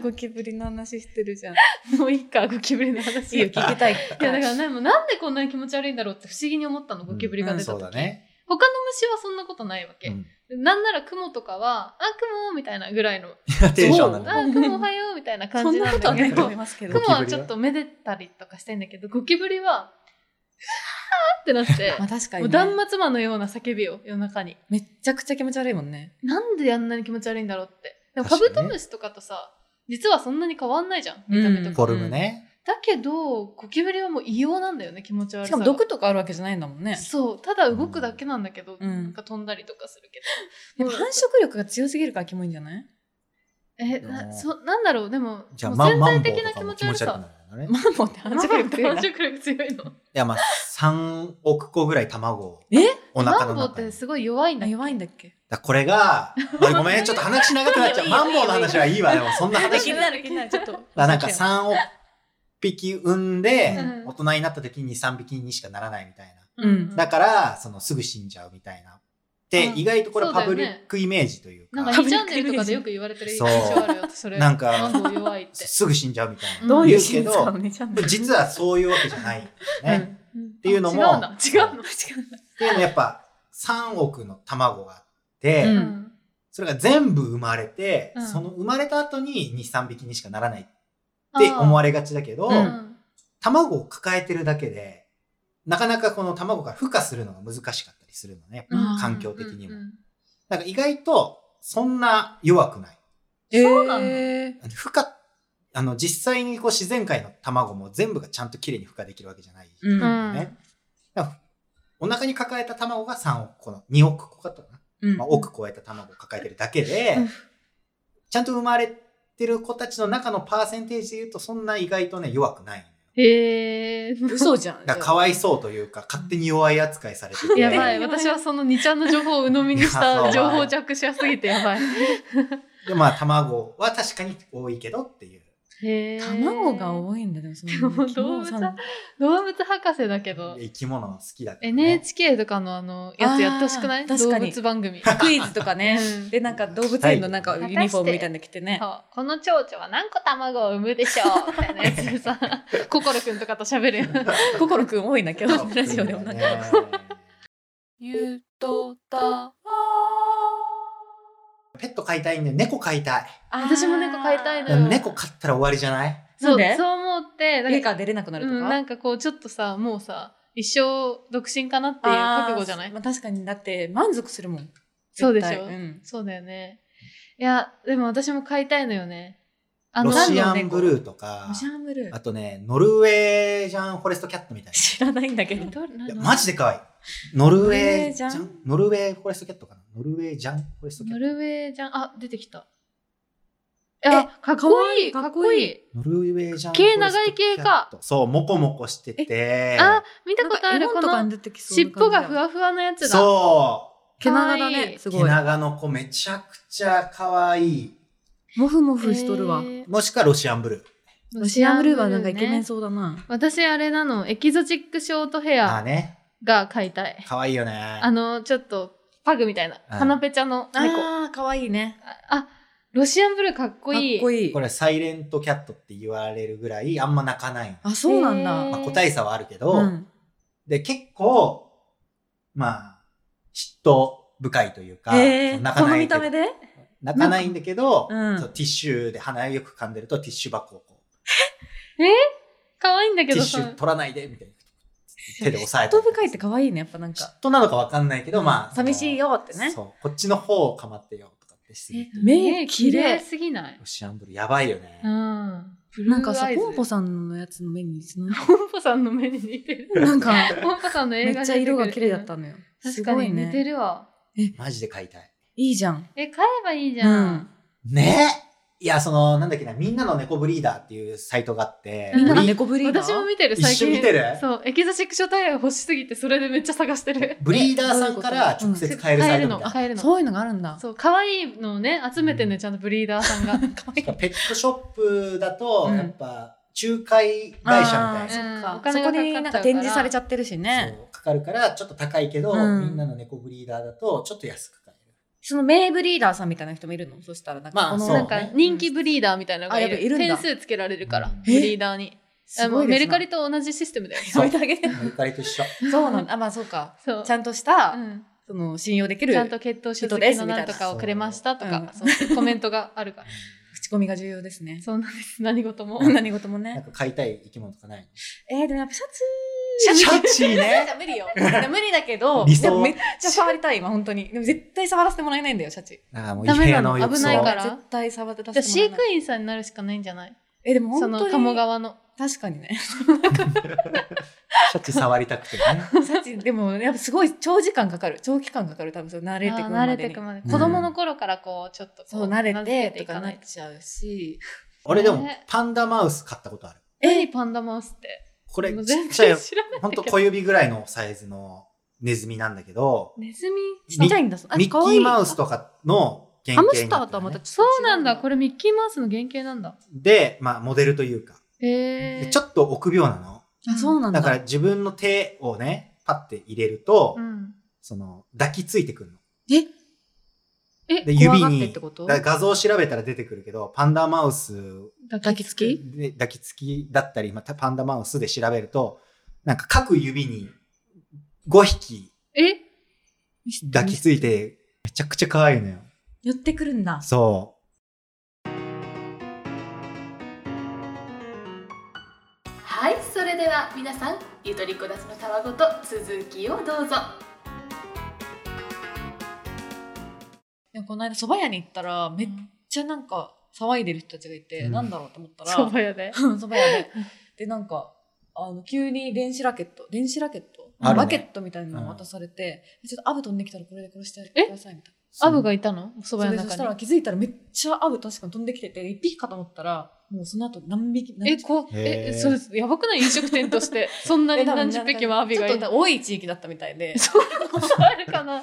S2: ゴキブリの話してるじゃん。
S1: もういいか、ゴキブリの話。
S2: いいよ、聞きたい。い
S1: いやだからね、もうなんでこんなに気持ち悪いんだろうって不思議に思ったの、ゴキブリが出た
S3: そ
S1: 時、
S3: うだね。
S1: 他の虫はそんなことないわ
S3: う
S1: け。
S3: ん
S1: なんならクモとかは、あ、クモみたいなぐ
S2: [laughs]
S1: らいの、
S3: テンションなんだ
S1: あ、クモおはようみたいな感
S2: そ
S1: じ
S2: んな
S1: なん
S2: こと
S1: だ
S2: はな
S1: け
S2: いと
S1: ど
S2: 思
S1: [laughs]
S2: い、ますけ
S1: ク
S2: ど
S3: ど。
S1: モはちょっとめでたりとかしたいんだけど、ゴキブリは、うわーってなって
S2: まあ、 [laughs] 確か
S1: も
S2: に
S1: う
S2: ね。
S1: 断末魔のような叫びを夜中に。
S2: めっちゃくちゃ気持ち悪いもんね。
S1: なんであんなに気持ち悪いんだろうって。でもカ
S3: 確か
S1: ブ
S3: にね
S1: トムシとかとさ、実はそんなに変わんないじゃん、見た目と
S2: うん
S1: か。
S3: フォルムね。
S1: だけど、ゴキブリはもう異様なんだよね、気持ち悪
S2: し
S1: さ
S2: か
S1: が。
S2: も毒とかあるわけじゃないんだもんね。
S1: そう、ただ動くだけなんだけど、
S2: うん
S1: なんか飛んだりとかするけど。
S2: でも繁
S1: もう
S2: 殖力が強すぎるからキモいんじゃない
S1: え、
S3: う
S1: な、
S3: ん
S1: そ、なんだろう、でも、
S3: じゃあ、
S1: もう
S3: ま
S1: 全
S3: マン
S1: 体
S3: ボウと
S1: 的な
S3: か
S1: 気
S3: も
S1: 持
S3: 気
S1: ち
S3: 持
S1: 悪
S3: ち悪く
S1: さ
S3: な。るんだね。
S2: マンボウって繁
S1: マン
S2: 殖
S1: ボウっ
S2: 力
S1: て
S2: 強い
S1: 繁
S2: な。
S1: 殖力強いの。
S3: いや、まあ、3億個ぐらい卵を。
S2: え
S3: お腹
S1: マ
S3: の
S1: ンボウっ
S3: 中に。
S1: て
S3: だか
S1: すごい弱いん
S2: あ
S1: だ
S2: 弱いんだっけ
S3: らこれが、あごめん、ちょっと話長くな
S1: [laughs]
S3: っちゃう。
S2: いいよ
S3: マンボウの話はいいわ、でもそんな話。だか
S2: なる気になる。ちょっと。
S3: らなんか3億
S2: [laughs]
S3: 匹産んで
S1: う、ん
S3: 大人になった時に3匹にしかならないみたいな。
S2: うん
S3: だから、そのすぐ死んじゃうみたいな。っって
S1: うん
S3: 意外とこれ
S1: そう
S3: パ
S1: だ
S3: ブ
S1: よ
S3: リ
S1: ね
S3: ックイメージというか
S1: なんか2チャンネルとかでよく言われてる印象あるよ、それ。
S3: なんか
S1: マンゴー弱いって。
S3: すぐ死んじゃうみたいな
S1: どうい
S3: 言
S1: う
S3: けど
S2: ね、ちゃん
S3: 実はそういうわけじゃないんだよね、っ
S1: って
S3: いうのも
S1: 違うんだ。違うの。
S3: ていうのはやっぱ3億の卵があって、
S2: うん
S1: うん
S3: それが全部生まれて、
S1: うん
S3: その生まれた後に23匹にしかならないって思われがちだけど、
S2: あー
S1: う
S2: れ
S1: ん
S3: 卵を抱えてるだけでなかなかこの卵が孵化するのが難しかったりするのね、
S2: うん
S3: 環境的にも、
S1: うんうん
S3: なんか意外とそんな弱くない
S1: そうなんだ
S2: え
S3: 孵化あの実際にこう自然界の卵も全部がちゃんと綺麗に孵化できるわけじゃない、
S2: ーうん
S1: うん
S3: ねだからお腹に抱えた卵が3億個の2億個かったかな、
S2: うん
S3: まあ、億超えた卵を抱えてるだけで、
S1: うん
S3: ちゃんと生まれてる子たちの中のパーセンテージで言うとそんな意外とね弱くないのよ
S1: へえ。
S2: 嘘じゃん。
S3: だからかわいそうというか勝手に弱い扱いされて
S2: [laughs]
S3: て
S1: やばい。 [laughs] 私はその2ちゃんの情報を鵜呑みにし
S3: やば
S1: た
S3: い
S1: 情報弱者すぎてやばい。
S3: でまあ卵は確かに多いけどっていう
S1: へえ。
S2: 卵が
S1: い。
S2: 多いんだ、でもその。
S1: で
S2: [laughs]
S1: も動物は動物博士だけど。
S3: 生き物好きだけど、ね、
S1: NHK とかのあのやつやってほしくな
S2: あ
S1: い
S2: ー
S1: 動
S2: 確かに
S1: 物番組
S2: クイズとかね
S1: うん。
S2: で、なんか動物園のなんかユニフォームみたいなの着て
S1: [laughs]
S2: ね。
S1: そうこの蝶々は何個卵を産むでしょうみたいなやつで
S2: [laughs]
S1: さ心くんとかと喋るよ
S2: 心くん多いな、今日。ラジオでもなんか。
S5: ゆとたわ
S3: ペット飼いたいんで猫飼いたい、
S1: 私も猫飼いたいの
S3: で
S1: よ
S3: も猫飼ったら終わりじゃない
S1: そう
S2: なんで
S1: そう思ってなん
S2: 家
S1: か
S2: から出れなくなる
S1: う
S2: と
S1: ん、
S2: か。
S1: なんかこうちょっとさもうさ一生独身かなっていう覚悟じゃな
S2: あ
S1: い
S2: ーまあ、確かに、だって満足するもん。
S1: そうで
S2: 絶
S1: しょ
S2: 対うん。
S1: そうだよねいやでも私も飼いたいのよねあ
S3: ロ
S1: 何
S3: シ
S1: の
S3: アン
S1: 猫
S3: ブルーとか
S2: ロシアンブル
S3: あ
S2: ー。
S3: とねノルウェージャンフォレストキャットみたいな
S2: 知らないんだけど。
S1: どれ
S3: いや
S1: 何の
S3: マジで可愛いノルウェージャ
S2: ノルウェージャン
S3: ンノルウェーフォレストキャットかなノルウェージャンフォレストキャ
S1: ノ
S3: ッ
S1: ルウェーじゃんあ出てきたいやかっこいい
S2: か
S1: か
S2: わいい
S1: っこい
S2: か
S1: い
S3: トノルウェージャンフォレストキャット
S1: 毛長い系か
S3: そうモコモコしてて
S1: あ見たことある
S2: なん
S1: こ
S2: か絵本とかに
S1: の
S2: 出てきそう
S1: 尻
S2: な感
S1: 尾
S2: じだ
S1: がふわふわのやつだ
S3: そ
S2: 毛長だ
S1: かわい
S2: ね。
S1: い
S2: す
S3: う
S2: ご
S3: 毛
S2: い。
S3: 長の子めちゃくちゃ可愛い
S2: もふもふしとるわ。
S1: えー
S3: もしくはロシアンブルー
S2: ロシアンブルーはなんかイケメン
S1: ね
S2: そうだな。
S1: 私あれなのエキゾチックショートヘ
S3: ああ
S1: ア
S3: ね
S1: が飼いたい
S3: 可愛いよね
S1: あのちょっとパグみたいな
S3: うん
S1: 花ぺちゃの猫あ
S2: あー、かわいいね。
S1: ロシアンブルーかっこ
S2: かっ
S1: いい
S2: こいい
S3: こ。れサイレントキャットって言われるぐらいあんま泣かないの、
S2: あ、そうなん
S1: へ
S2: だ
S1: ー。
S3: まあ、個体差はあるけど、
S2: うん。
S3: で結構まあ嫉妬深いというか、
S2: え
S3: その
S2: ー、
S3: 泣か
S2: この
S3: ない
S2: 見
S3: け
S2: た
S3: ど
S2: 目で
S3: 泣かないんだけど、
S2: うん
S3: そうティッシュで鼻よく噛んでるとティッシュ箱をこう
S1: 可愛いんだけ
S3: ティ
S1: ど
S3: ッシ
S1: さ
S3: ュ取らないでみたいな手で押さえて
S2: 人深いって可愛いね、やっぱなん
S3: 嫉
S2: か。
S3: 妬なのかわかんないけど、まあ
S2: 寂しいよってね。
S3: そうこっちの方を構ってよとかってする
S1: え
S3: と
S2: 目
S1: 綺
S2: 綺
S1: 麗
S2: 麗。
S1: すぎない
S3: ロシアンブルやばいよね、
S1: うん
S2: なんかさ、ポンポ
S1: さ
S2: さんのやつの目に [laughs] その、
S1: んポンポさんの目に似て
S2: [laughs]
S1: る
S2: なんか、
S1: ポンポさんの
S2: め
S1: 映画
S2: っ
S1: に
S2: ちゃ
S1: 出てくる
S2: 色が綺麗だったのよ。す
S1: 確か
S2: ご
S1: に
S2: い
S1: 似て
S2: ね。
S1: るわ
S3: マジで飼いたい
S2: いいじゃん。
S1: え飼えばいいじ
S2: う
S1: ゃん
S2: ん。
S3: ねいやそのなんだっけなみんなの猫ブリーダーっていうサイトがあって、
S1: み
S2: みんなの
S3: ブリ
S2: 猫ブリーダー
S1: 私も見てる
S3: 一
S1: 最
S3: 緒
S1: 近
S3: 見てる
S1: そうエキゾチックショートヘア欲しすぎてそれでめっちゃ探してる
S3: ブリーダーさんから直接買えるサイトみ
S1: の
S3: たいな。
S1: 買えるの
S2: そういうのがあるんだ。
S1: そう、可愛いのをね、集めてね、ちゃんとブリーダーさんが。
S3: ペットショップだと、
S2: うん
S3: やっぱ、仲介会社みたいな。
S1: うん
S2: あー
S1: お金がかかっちゃ
S2: そ
S1: う
S2: こ
S1: から
S2: になんか展示されちゃってるしね。
S3: そうかかるから、ちょっと高いけど、
S2: うん
S3: みんなの猫ブリーダーだと、ちょっと安く買える。
S2: その名ブリーダーさんみたいな人もいるのそしたらなんか
S3: まあ
S2: この、
S3: [laughs] そう
S1: なんか人気ブリーダーみたいなのがい
S2: あやっ
S1: る。
S2: ぱいるんだ
S1: 点数つけられるから、
S3: うん
S1: ブリーダーに。
S2: す
S1: あ
S2: ご
S1: の
S2: いですな
S1: メルカリと同じシステムだよ。
S2: やめてあげて
S3: メルカリと一緒。
S2: [laughs] そうなんだ。あ、まあそうか。
S1: そう。
S2: ちゃんとした、
S1: うん
S2: その信用できる
S1: ちゃんと血統書籍のなんとかをくれましたとか、そうそうコメントがあるから。
S2: 口コミが重要ですね。
S1: そうなんです。何事も。
S2: 何事も
S3: なん
S2: ね。
S3: か買いたい生き物とかない
S2: えー、でもやっぱシャツ
S3: のシャチーね。
S2: 無理よ。いや無理だけど、
S3: 理想
S2: でもめっちゃ触りたい、今、本当に。でも絶対触らせてもらえないんだよ、シャチ。
S3: ああ、もう
S1: ダ
S3: 部
S1: メな
S3: 屋
S1: の
S3: の浴
S1: 危
S3: 槽
S1: ないから
S2: 絶対触ってた
S1: じゃあ飼
S2: せて
S1: 育
S2: もらえない。
S1: 員さんになるしかないんじゃない
S2: え、でも
S1: そ
S2: 本
S1: の
S2: 当に。
S1: 鴨川の。
S2: 確かにね。
S3: シャチ触りたくてね。
S2: シャチ、でも、やっぱすごい長時間かかる。長期間かかる、多分、それ慣れてく
S1: あ
S2: る
S1: ー
S2: ま
S1: 慣
S2: で
S1: れて
S2: に。
S1: くまで。
S3: うん
S1: 子供の頃からこう、ちょっとこ
S2: そう、慣れ
S1: 名付け
S2: て
S1: い
S2: と
S1: か
S2: か
S1: な
S2: ないっちゃうし。
S3: 俺でも
S1: ね、
S3: パンダマウス買ったことある。
S1: と。何パンダマウスって。
S3: これ、
S1: も
S3: ち
S1: う
S3: っ
S1: 全
S3: ちゃい
S1: 然、知らない。
S3: ほんと小指ぐらいのサイズのネズミなんだけど、
S1: ネズミ
S2: ちっちゃいんだ。あ
S3: ミッキ
S2: 可愛い
S3: ーマウスとかの原
S2: ハ
S3: 型
S2: ム
S3: に
S2: スタ
S3: な
S2: ー
S3: って
S2: とは
S3: るね
S2: またちょっと
S1: そ
S2: 違
S1: うなんだ。これ
S2: れ。
S1: ミッキーマウスの原型なんだ。
S3: で、まあ、モデルというか、
S1: へ
S3: で
S1: え。
S3: ちょっと臆病なの。
S2: あそうなんだ。
S3: だから自分の手をね、パッて入れると、
S1: うん。
S3: その、抱きついてくるの。
S2: え
S1: え、
S3: で指
S1: 怖がってっ
S3: に
S1: てこと
S3: だ画像を調べたら出てくるけどパンダマウス
S1: 抱きつき
S3: で抱きつきだったりまたパンダマウスで調べるとなんか各指に5匹
S1: え
S3: 抱きついてめちゃくちゃ可愛いのよ。
S2: 寄ってくるんだ。
S3: そう。
S6: はいそれでは皆さんゆとりこだちのたわごと続きをどうぞ
S2: でもこの間蕎麦屋に行ったら、めっちゃなんか騒いでる人たちがいて、
S3: うん
S2: なんだろうと思ったら、
S1: そば屋で。
S2: うん [laughs] そば屋で。で、なんか、あの、急に電子ラケット、電子ラケット、
S3: あるね
S2: ラケットみたいなの渡されて、ちょっとアブ飛んできたらこれで殺して
S1: え
S2: くださいみたいな。
S1: アブがいたのそば屋の
S2: それでそした
S1: 中
S2: ら
S1: に。
S2: 気づいたらめっちゃアブ確かに飛んできてて、一匹かと思ったら、もうその後何匹、何
S1: え、
S2: 匹
S1: こ
S3: へ
S1: え、
S3: ー
S1: それやばくない飲食店と
S2: [laughs]
S1: して。そんなに何十匹もアビがい
S2: ちょ
S1: る
S2: っ。と多い地域だったみたい
S1: [laughs]
S2: で。
S1: そんなことあるか
S2: [laughs]
S1: な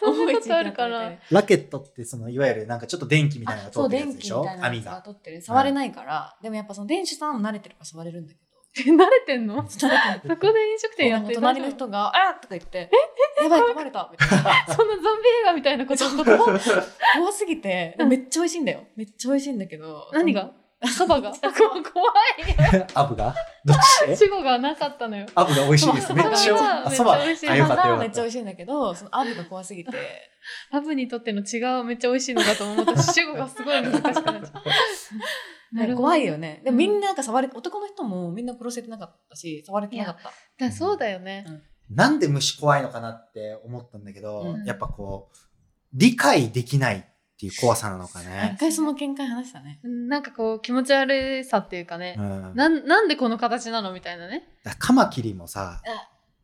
S1: そんなことあるか
S2: 多い地域だったみたい
S1: な
S2: で
S3: ラケットってそのいわゆるなんかちょっと電気みたいなの
S2: あ
S3: が通
S2: そう、
S3: ってるや
S2: 電
S3: つで
S2: 気
S3: し
S2: み
S3: ょ
S2: たいな
S3: 網
S2: やつが
S3: が。
S2: 取ってる。触れないから、でもやっぱその電子さんは慣れてるから触れるんだけど。
S1: え慣れてんの
S2: 慣れて
S1: そこで飲食 [laughs] 店やってる
S2: る。隣の人が、あーとか言って、やばい、噛まれたみたいな。
S1: そんなゾンビ映画みたいなこと
S2: ちょっと怖すぎて、
S1: うん
S2: めっちゃ美味しいんだよ。めっちゃ美味しいんだけど。
S1: 何
S2: [laughs]
S1: がそば [laughs] が怖い
S3: [laughs] アブがどっ
S1: [laughs]
S3: ち
S1: 死語がなかったのよ
S3: アブが美味しいです。めっちゃ。
S1: め
S3: あ
S1: っちゃ
S3: そば。あ、
S1: 美味しい
S2: パン
S3: よかった
S2: ダ
S3: よ
S2: は
S3: か
S2: め
S3: っ
S2: っちゃ
S3: た
S2: 美。味しいんだけど、そのアブが怖すぎて。
S1: アブにとっての違うめっちゃ美味しいのかと思った
S3: [laughs]
S1: し主語がすごい難しくなっちゃう [laughs] なるほど
S2: 怖いよね。で
S1: うん
S2: もみんななんか触れ、男の人もみんな殺せてなかったし、触れてなかった。
S1: だからそうだよね
S3: なんで虫怖いのかなって思ったんだけど、
S2: うん
S3: やっぱこう、理解できないっていう怖さなのか
S2: 一
S3: ね。
S2: 回その見解話したね。
S1: うんなんかこう気持ち悪さっていうかね
S3: う、ん。だか
S1: なんなんでこの形なのみたいなね
S3: らカマキリもさ
S2: うん、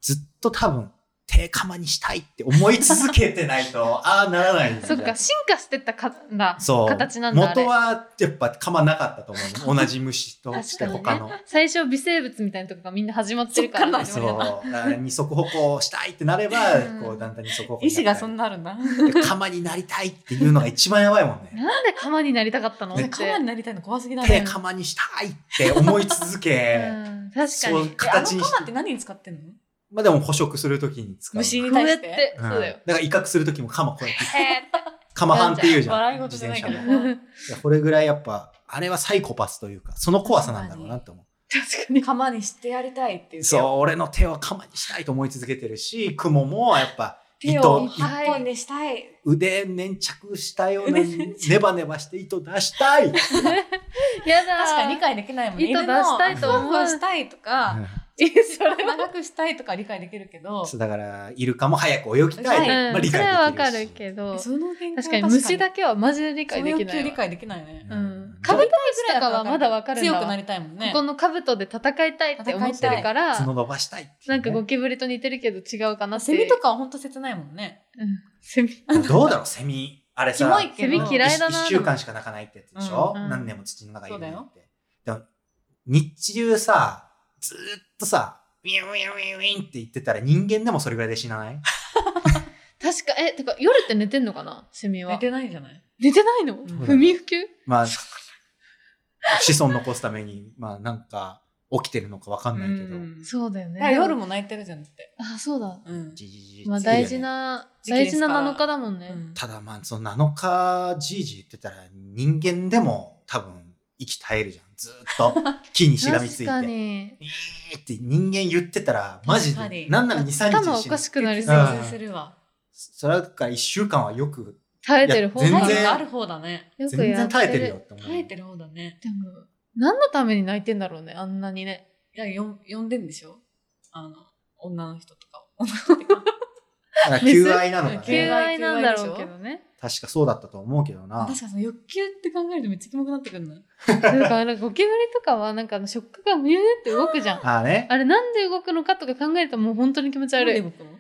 S3: ずっと多分、低カマにしたいって思い続けてない
S1: [laughs]
S3: と、ああならないんだ
S1: そっか進化してったかんだ
S3: そう。
S1: 形なんだあれ
S3: 元はやっぱカマなかったと思うの。同じ虫として
S1: 確
S3: 他
S1: かに
S3: の。
S1: 最初微生物みたいなとこがみんな始まってるからね
S3: そうだから二足歩行したいってなれば、
S1: うん
S3: こうだんだん二足歩
S2: 意
S3: 行に
S2: 志
S3: なった
S2: が
S3: り
S2: そんなあるんだ。
S3: で釜になりたいっていうのが一番やばいもんね
S1: なんで釜になりたかったのっ
S2: ね
S1: て
S2: カマになりたいの怖すぎだ
S3: 手
S2: ね。
S3: 釜にしたいって思い続け、
S1: うん確か
S3: そ
S1: に
S2: えあ
S3: う
S2: の
S3: 形にし
S2: カマって何に使ってんの
S3: まあでも捕食するときに使う
S2: 虫に
S1: こう
S2: 対
S1: や
S2: し。
S1: ってて、
S3: ん
S1: そうだよ。
S3: だから威嚇するときも釜こうやって
S1: え
S3: 釜半って言うじゃ
S2: 笑い
S3: ん
S2: 事じ
S3: 自
S2: ゃな
S3: 転
S2: い
S3: 車
S2: か
S3: の
S2: ら。
S3: い
S1: ー
S3: やこれぐらいやっぱあれはサイコパスというかその怖さなんだろうなと思う
S1: 確かに。
S2: カマにしてやりたいっていう。
S3: そう俺の手を釜にしたいと思い続けてるし雲もやっぱ
S2: 手
S3: 糸
S2: を
S1: 糸
S2: 一本にしたい。
S3: 腕粘着したような
S2: 腕粘着
S3: ネバネバして糸出したい
S1: やだー。
S2: 確かに理解できないもんね。
S1: 糸出したいと思う
S2: 犬のふわふわしたいとか、
S1: え、それは。
S2: 長くしたいとか理解できるけど、
S3: そうだからイルカも早く泳ぎたい、
S2: はい
S1: うん
S3: まあ、理
S1: それはわ
S3: 解
S1: か
S3: で
S1: る
S3: きるし
S1: けど、
S2: その限界
S1: 確かに虫だけはマジで理
S2: け
S1: 解できな
S2: その欲求
S1: い
S2: 理
S1: わ。
S2: 解できないよね。
S1: うん。
S3: カ
S1: カ
S3: ブ
S1: ブ
S3: ト
S1: トムシとかはまだわかるんだ
S2: 強
S1: わ。
S2: くなりたいもんね。
S1: ここのカブトで戦いたいって思ってるから、
S3: 角伸ばしたいっていう
S1: な
S3: ね
S1: んかゴキブリと似てるけど違うかなって
S2: セ
S1: いう。
S2: ミとかは本当切ないもんね。
S1: うんセミ。
S3: どうだろうセミあれ
S2: キ
S3: さ
S2: モいけど。
S1: セミ嫌いだな
S3: 一一週間しか鳴かないってやつでしょ、
S1: うんうん
S3: 何年も土の中にいるの
S2: そ
S3: ってでも日中さずーっとさウィンウィンウィンウィンって言ってたら人間でもそれぐらいで死なない
S1: 確か、え、てか夜って寝てんのかなセミ
S2: 寝
S1: は。
S2: てないじゃない
S1: 寝てないの
S2: ん
S1: 不眠不休
S3: まあ子孫残すためにまあなんか起きてるのかわかんないけど、
S2: うん
S1: そうだよ
S2: だ
S1: ね
S2: から。夜。も泣いてるじゃんって。
S1: あ、そうだ。
S2: うん。
S3: じじじじ
S1: まあ
S3: ついてる
S1: 大
S3: よね
S1: 事な、
S2: 時期
S1: 大
S2: で
S1: 事
S2: すか
S1: な
S2: ら
S1: 7日だもんね。
S3: ただまあその7日じいじ言ってたら人間でも多分息絶えるじゃんずー
S1: [laughs]
S3: っと木にしがみつい
S1: 確か
S3: て
S1: に。
S3: えーって人間言ってたらマジ
S2: 確か
S3: で
S2: に
S3: なんなら23日
S1: 頭お
S3: 死ぬ
S1: かしくなり
S2: 絶
S1: そう。
S3: うん
S2: 対するわ。
S3: それだから1週間はよく
S1: 耐えてる方が
S3: 全然
S2: 体力ある方だね。
S1: よく
S3: 全
S1: や
S3: 然
S1: って
S3: 耐え
S1: る
S3: てるよって思う
S2: 耐えてる方だね。
S1: でも何のために泣いてんだろうねあんなにね
S2: いや、よん呼んでんでしょあの、女の人とかを。女の人ってか
S3: だから求愛な
S1: [laughs]
S3: のか
S2: 求
S1: 求
S3: ね
S2: 愛
S1: 愛なんだろうけどね
S3: 確かそうだったと思うけどな
S2: 確かにその欲求って考えるとめっちゃキモくなってくるの。
S1: だからなんかゴキブリとかはなんかあの触覚がミューって動くじゃん
S3: ああね
S1: あれなんで動くのかとか考えるともう本当に気持ち悪
S2: で
S1: い
S2: 僕も。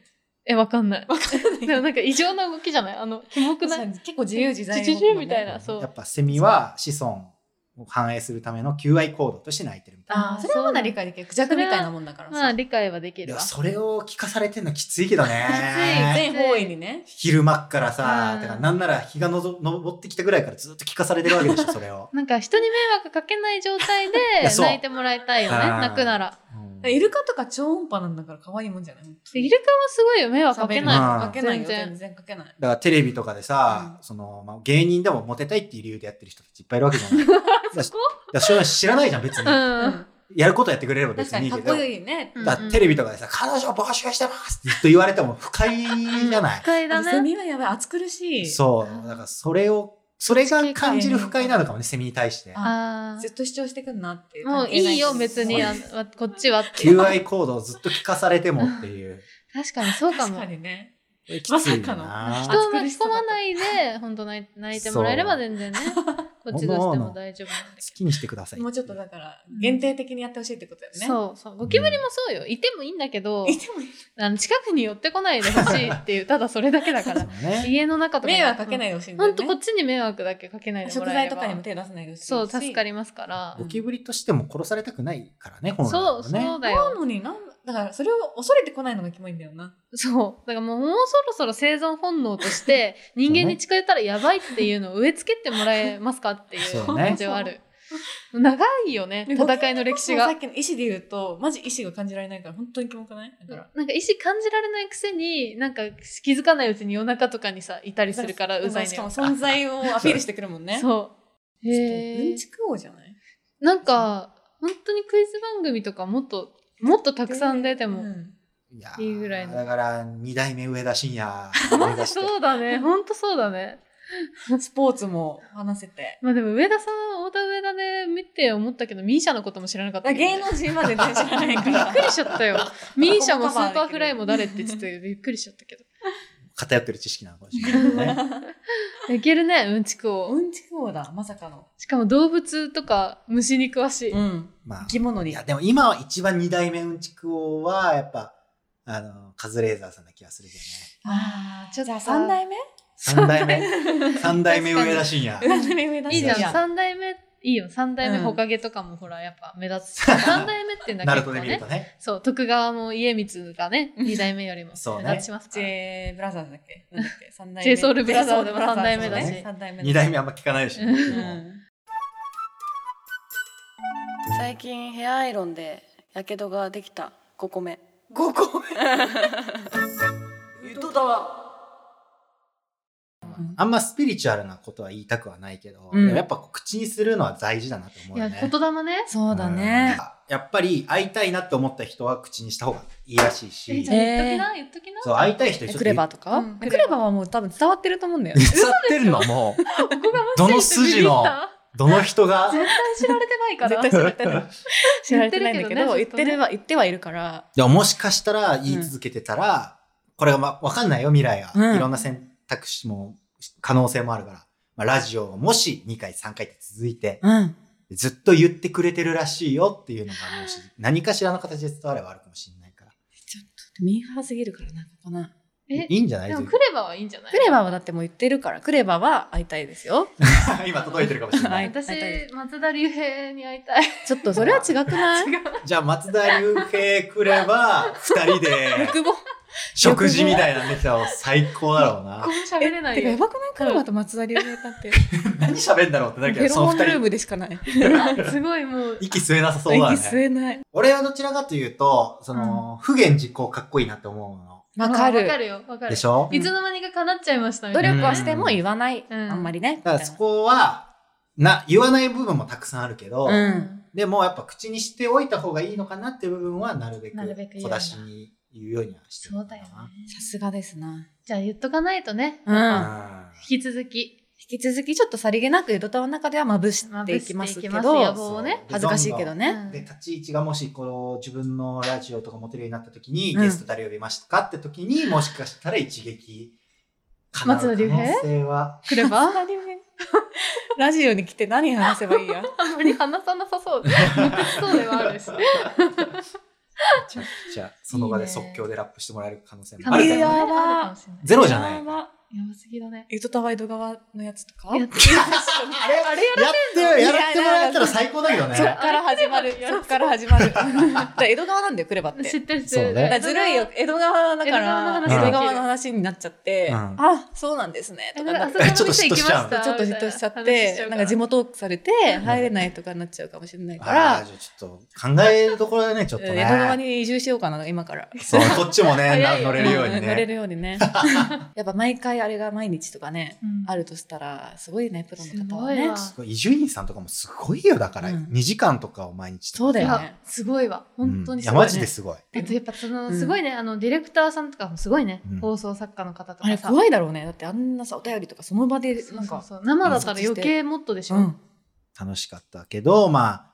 S1: えわかんない
S2: 確
S1: でもなんか異常な動きじゃないあのキモくな
S2: か
S1: い
S2: に結構自由自在
S1: チュチュチュみたいなそう
S3: やっぱセミは子孫を繁栄するための求愛行動として泣いてるみたい
S2: ああ、それはまだ理解できる。クジャクみたいなもんだから
S1: まあ
S2: さ。
S1: 理解はでき
S3: い
S1: る
S3: や
S1: わ
S3: それを聞かされてんのきついけ
S2: [laughs]
S3: ど
S1: あ
S3: ね
S1: きつい
S2: 全方位にね。
S3: 昼間っからさ、
S1: うん、
S3: てかなんなら日がのぞ昇ってきたぐらいからずっと聞かされてるわけでしょそれを
S1: なんか人に迷惑かけない状態で
S3: いやそう
S1: 泣いてもらいたいよね
S3: あー
S1: 泣くなら
S3: うん
S2: [laughs] イルカとか超音波なんだから可愛いもんじゃない
S1: でイルカはすごいよ迷惑か
S2: 喋
S1: け
S2: る
S1: ない
S3: まあ
S2: かけないよ
S1: 全然
S2: 全然かけない
S3: だからテレビとかでさ、その、まあ、芸人でもモテたいっていう理由でやってる人たちいっぱいいるわけじゃ
S2: [laughs]
S3: ない。だからしだからそれは知らないじゃん、別に。
S1: う
S2: うんん
S3: やることやってくれれば
S2: 確
S3: 別
S2: か
S3: にい
S2: にか
S3: いけ
S2: っ
S3: ど。
S2: こいいね
S1: うん
S3: だからテレビとかでさ、彼女募集してますってずっと言われても不快じゃない。
S1: 不快
S2: あ
S1: だ
S2: セ
S1: ね
S2: ミはやばい暑苦しい
S3: そう。だからそれを、それが感じる不快なのかもね、セミに対して。
S1: あ
S2: ずっと主張してくんなっていう
S1: あもう
S2: 関係ない
S1: いよ別にあわこっちはっていう
S3: 求愛行動をずっと聞かされてもっ
S2: [laughs]
S3: ていう。
S1: 確かにそうか
S2: 確
S1: も
S2: かにね
S3: きついよ
S2: ま
S3: な
S2: さ
S1: 人を
S2: かの
S1: 巻き込まないで本当泣い泣いてもらえれば全然ねこっちどうしても大丈夫なん
S3: 好
S1: で
S3: きにしてください。
S2: もうちょっとだから限定的にやってほしいってことだよね
S1: そうそうゴキブリもそうよいてもいいんだけど
S2: いてもいい
S1: あの近くに寄ってこないでほしいっていうただそれだけだ [laughs] から
S3: そうね。
S1: 家の中とか
S2: 迷惑かけないいでほしいんだよ
S1: 本
S2: ね
S1: 当こっちに迷惑だけかけないでも
S2: 食
S1: らえ
S2: 材
S1: れば
S2: とかにも手出さないでほしいし
S1: そう助か
S2: り
S1: りますから
S3: ゴキブリとしても殺されたくないからね、本来
S1: そ
S3: は
S1: う
S3: ね。
S1: そうだ
S2: な
S1: よ
S2: のになんだからそれを恐れてこないのがキモいんだよな
S1: そうだからもうもうそろそろ生存本能として [laughs] 人間に近寄ったらやばいっていうのを植え付けてもらえますかってい
S3: そううね
S1: 感じはある長いよね
S2: ね
S1: 戦いの歴史
S2: そ
S1: が
S2: うさっきの意思で言うとマジ意思が感じられないから本当にキモくないだから
S1: なんか意思感じられないくせになんか気づかないうちに夜中とかにさいたりするからうざい
S2: し
S1: ね
S2: かも存在をアピールしてくるもんね
S1: そう
S2: う
S1: へ
S2: ん
S1: え
S2: ちく王じゃない
S1: なんか本当にクイズ番組とかもっともっとたくさん出ても、
S2: うん
S3: いや
S1: いいぐらいの
S3: だから、二代目上田晋也
S1: [laughs]
S3: を目指して。
S1: そうだね本当そうだね
S2: スポーツも話せて
S1: まあでも上田さん太田上田で見て思ったけどミーシャのことも知らなかっ
S2: だ
S1: た
S2: から
S1: けど
S2: 芸能人まで全然知らないか
S1: びっ
S2: ら
S1: くりしちゃ
S2: [laughs]
S1: ったよミーシャもスーパーフライも誰ってちょっとびっくりしちゃったけど
S3: 偏ってる知識なのかもしれないね。
S1: [laughs] いけるねうんちくを
S2: うんちく王だまさかの
S1: しかも動物とか虫に詳しい、
S2: うん
S3: まあ
S2: 生、き物
S3: い
S2: に
S3: や、でも今は一番二代目うんちく王は、やっぱ、あの、カズレーザーさんな気がするけどね。
S2: ああちょっと
S1: あ
S2: 三代目
S3: 三代目 [laughs] 三代目上田晋也。
S2: 三代目上田
S1: いいじゃん
S2: 晋也
S1: 3代目いいよ3代目
S2: うん
S1: ほかげとかもほらやっ
S3: [laughs]
S1: ぱ目立つし3代目っていうの
S3: ナ
S1: は
S3: ル
S1: 結構
S3: トで見る
S1: ね
S3: とね。
S1: そう徳川も家光がね2代目よりも
S3: そうね
S1: 目立ちますから
S2: J ブラザーズだっけなんだっけ三代
S1: J ソウルブラザーズも三代
S3: 目だし
S2: 三代目
S3: 二代目あんま聞かないし。
S2: うん
S5: 最近ヘアアイロンでやけどができた5個目
S2: 5個目
S5: ゆとたわ
S3: あんまスピリチュアルなことは言いたくはないけど、
S2: うん
S3: でもやっぱ口にするのは大事だなと思
S1: いう
S3: よ
S1: や
S3: ね。
S1: 言霊ね
S2: そうだね
S3: うん。やっぱり会いたいなって思った人は口にした方がいいらしい
S1: え
S3: し
S1: じゃ、あ言っときな言っときな
S3: そう、会いたい人
S2: え
S3: にち
S2: ク
S3: ょっと
S2: レ
S3: 言
S2: バー
S3: っ
S2: とか
S1: うん
S2: クレバーはもう多分伝わってると思うんだよ
S3: [laughs]
S2: ね
S3: 言っちゃってるのもう、
S1: ここが
S3: どの
S1: 無視して
S3: 筋
S1: ビビっ
S3: の、
S1: た
S3: どの人が、
S1: 絶対知られてないから
S2: 絶対知られてない知られてないんだけど
S1: 言
S2: 言
S1: っ
S2: っ
S1: るけどね
S2: ててれば言ってはいるから
S3: でももしかしたら言い続けてたら、これがま、わかんないよ、未来が。
S2: うん
S3: いろんな選択肢も、可能性もあるから。まあ、ラジオがもし2回、3回って続いて、
S2: うん
S3: ずっと言ってくれてるらしいよっていうのが、もし、何かしらの形で伝わればあるかもしれないから。
S2: ミーハーすぎるからなここな
S1: え
S3: いいんじゃない
S1: でも
S3: 全
S1: クレバはいいんじゃない
S2: クレバーはだってもう言ってるからクレバーは会いたいですよ
S3: 然 [laughs] 今届いてるかもしれな。
S2: はいい
S1: 私
S2: 会いたいで
S1: 松田龍平に会いたい
S2: ちょっとそれ [laughs] は違くない
S3: じゃあ、松田龍平くれば、二人で、
S2: 久保
S3: 食事みたいなのできたら最高だろ
S1: こ
S3: う
S2: [laughs]
S3: な
S1: こ。も喋れない
S2: てか
S1: よ
S2: やばくないクレバーと松田龍平さんって
S3: 何喋んだろうってなるけ
S2: フェ
S3: ど、
S2: ロ
S3: その
S2: モン
S3: 二
S2: ルー
S3: 人、
S2: ムでしかない
S1: すごいもう
S3: 息吸えなさそう
S2: 息
S3: だね。
S2: 吸えない
S3: 俺はどちらかというと、その、不言実行かっこいいなって思う
S2: わか
S1: わか
S2: る
S1: るよわか
S3: の。
S1: る
S3: でしょ
S1: いつの間にか叶っちゃいましたみた
S2: 努
S1: いな
S2: 力はしても言わない
S1: うん
S2: あんまりね
S3: だからそこは、な、言わない部分もたくさんあるけど、
S2: うん
S3: でもやっぱ口にしておいた方がいいのかなっていう部分はなるべく
S1: なるべく言う
S3: 小
S1: んだ
S3: 出しに言うようにはしてる
S1: そうだよね
S3: な。
S2: さすがですな
S1: じゃあ言っとかないとね
S2: うん
S1: 引き続き
S2: 引き続きちょっとさりげなくゆとたわの中ではまぶしていきますけ
S1: まぶしていきます
S2: ど
S1: よこうね
S2: 恥ずかしいけど。
S3: うん
S2: ね
S3: で、立ち位置がもし、こう、自分のラジオとか持てるようになった時に、
S2: うん
S3: ゲスト誰呼びましたかって時に、もしかしたら一撃、叶う
S1: 松
S3: 可
S1: 田龍平
S3: 能性は。
S1: クレバ
S2: [laughs] ラジオに来て何話せばいいや
S1: あんまり話さなさそう無口そうではあるし
S3: めちゃくちゃ、その場で即興でラップしてもらえる可能性も
S1: 可能
S3: ある
S1: 性
S3: から
S1: もね
S2: いいね
S1: あるかもしれない
S3: ゼロじゃない。
S2: やば
S1: やばすぎだね。
S2: ゆとたわ江戸川のやつとか
S1: やって
S3: あれ、あれやってよ、やってもらえたら最高だよね。
S2: そっから始まる。そっから始まる。だから江戸川なんだよ、クレバって。
S1: 知ってる知って
S3: そう
S1: る。
S3: ね
S2: だからずるいよ。江戸川だから、
S1: 江
S2: 江
S3: 戸
S2: 戸
S3: 川の話できる
S2: 川の話になっちゃって、
S3: うん
S2: あ、そうなんですね、
S1: え。
S2: と
S1: な
S2: か
S1: んか
S2: な
S1: あ
S2: っ
S1: そ
S2: て
S1: この
S3: ちょっ
S1: 店行
S3: と嫉妬
S1: き
S3: し
S1: ま
S3: ちゃう
S1: した
S2: ちょっと嫉妬しちゃっ
S1: みたい話しちゃう、
S2: てな
S1: ら
S2: んか地元されて入れないとかになっちゃうかもしれないか
S3: あー
S2: ら、
S3: じゃあちょっと考えるところだね、ちょっ
S2: うん
S3: と
S2: 江戸
S3: ね。
S2: 川に移住しようかな、今 [laughs] から。
S3: そう、こっちもね、
S1: 早
S3: ない
S1: よ
S3: 乗れるように
S2: ん乗れ
S3: ね。
S2: るように [laughs] ね。やっぱ毎回あれが毎日とかね、
S1: うん
S2: あるとしたら、すごいね、プロ
S1: す
S2: の方
S1: ご
S2: はいね
S1: わ。。
S3: 伊集院さんとかもすごいよ、だから、
S2: うん
S3: 2時間とかを毎日とか
S2: そうだ
S1: い
S2: よ
S1: や
S2: ね、
S1: すごいわ。本当に
S3: い
S1: す
S3: や、
S1: ごい、ね
S3: マジですごい。
S1: あとやっぱその、
S2: うん
S1: すごいね、あの、ディレクターさんとかもすごいね。
S3: うん
S1: 放送作家の方と
S2: あ
S1: か
S2: れ
S1: さ。
S2: 怖いだろうね。だってあんなさ、お便りとかその場で、
S1: そ
S2: な
S1: うんそう
S2: か、
S1: そう。生だったら余計もっとでしょ。
S2: うん。
S3: 楽しかったけど、まあ、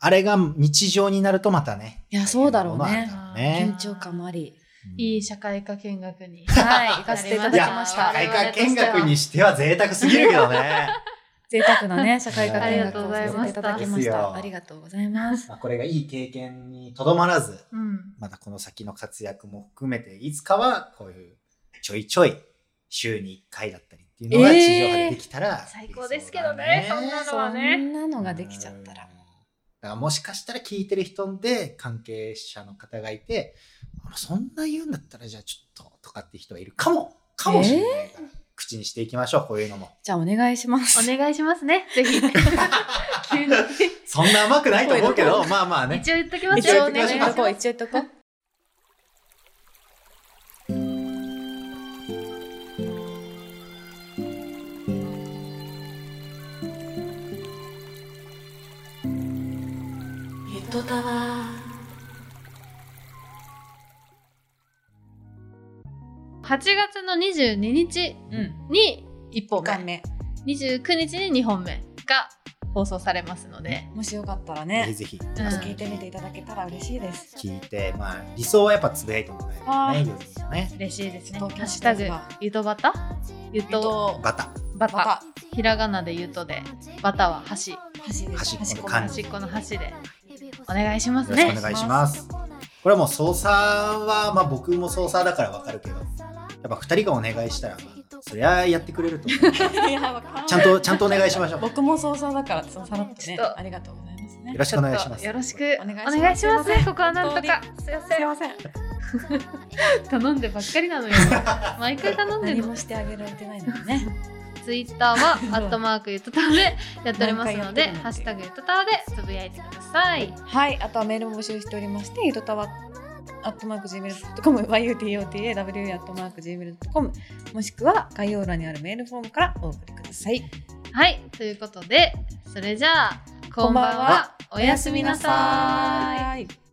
S3: あれが日常になるとまたね。
S2: いやそうだろうね
S3: 大変なものあるから
S1: え
S3: ね
S2: 緊張感もあり。
S3: うん
S1: いい社会科見学
S3: [laughs]
S1: に。 [laughs]
S2: はい、行かせていただ
S3: い
S2: き
S3: や、
S2: まし
S3: 社
S2: た。
S3: 会科見学にしては贅沢すぎるけどね。
S2: 贅沢なね、社会科見学をさせていただきま
S3: ありがとうございまし
S2: したた。ありがとうございます。
S3: まあこれがいい経験にとどまらず、
S1: うん。
S3: またこの先の活躍も含めて、いつかはこういうちょいちょい週に1回だったりっていうのが
S2: えー
S3: 地上波でできたら、
S1: 最高ですけどねそ [laughs] んなの
S2: そ
S1: はね
S2: んなのができちゃったら
S3: うん。。だからもしかしたら聞いてる人で関係者の方がいて、あそんな言うんだったらじゃあちょっととかって人はいるかも、かもしれないから、口にしていきましょう、こういうのも。
S2: じゃあお願いします。
S1: お願いしますね。ぜひ。急に。
S3: そんな甘くないと思うけど、まあまあね。
S1: 一応言っときます
S2: 一
S1: よ。
S2: 応
S1: お
S2: ね、
S1: 願いし
S2: 一応
S1: ま
S2: 言っと
S1: す
S2: こう、一応言っとこう。
S5: ゆとたわ
S1: 8月の22日
S2: うん。
S1: に1本
S2: 5回
S1: 目、
S2: 目。
S1: 29日に2本目が放送されますので、
S2: もしよかったら
S3: ぜ
S2: ね、
S3: ひぜひ、
S1: うん
S2: 聞いてみていただけたら嬉しいです。
S3: 聞いて、まあ、理想はやっぱつぶやいてもらえるよね、よりもね。
S1: 嬉しいですね。ハ
S2: 東京
S1: ッシュタグ
S2: 東京、
S1: ゆとばたゆと
S2: と、
S3: バタ、
S1: ば
S2: ま
S1: た。
S2: た、
S1: ひらがなでゆとで、バタは箸。
S2: 端で
S3: 端っこ
S2: 端っ
S3: の
S2: こ
S3: 感
S2: の
S1: 端
S3: じ
S1: っこの箸で、お願いします
S3: よろし
S1: ね
S3: くお。願いします。これはもう操作は、まあ僕も操作だからわかるけど、やっぱ二人がお願いしたら、まあ、そりゃやってくれると思う。
S2: い [laughs] やわかんない
S3: ちゃんと、ちゃんとお願いしましょう。よ
S2: 僕もそうさだから、そうさらっと
S1: ちょっ
S2: ね、
S1: と
S2: ありがとうございますね。
S3: ろしくお願いし
S1: ち
S3: ま
S1: ょっ
S3: す。
S1: とよろしく
S2: お
S1: お
S2: 願いします
S1: 願いしますね。ここはなんとか。すいます
S2: い
S1: せ
S2: ません。
S1: ん。頼んでばっかりなのよ。毎回頼んで
S2: 何
S1: る
S2: も
S1: の。
S2: してあげられてないのにね。
S1: ツイッター
S2: [laughs]
S1: は、アットマークゆとたわでやっておりますので、
S2: 何回やってるのって
S1: ハッシュタグゆとたわでつぶやいてください。
S2: はい、あとはメールも募集しておりまして、ゆとたわ。アットマーク Gmail.com、YUTOTAW アットマーク Gmail.com、もしくは概要欄にあるメールフォームからお送りください。
S1: はい、ということで、それじゃあ、こ
S2: こ
S1: ん
S2: ん
S1: ば
S2: ば
S1: ん
S2: ん
S1: は
S2: は。
S1: おやすみなさーい。
S2: い。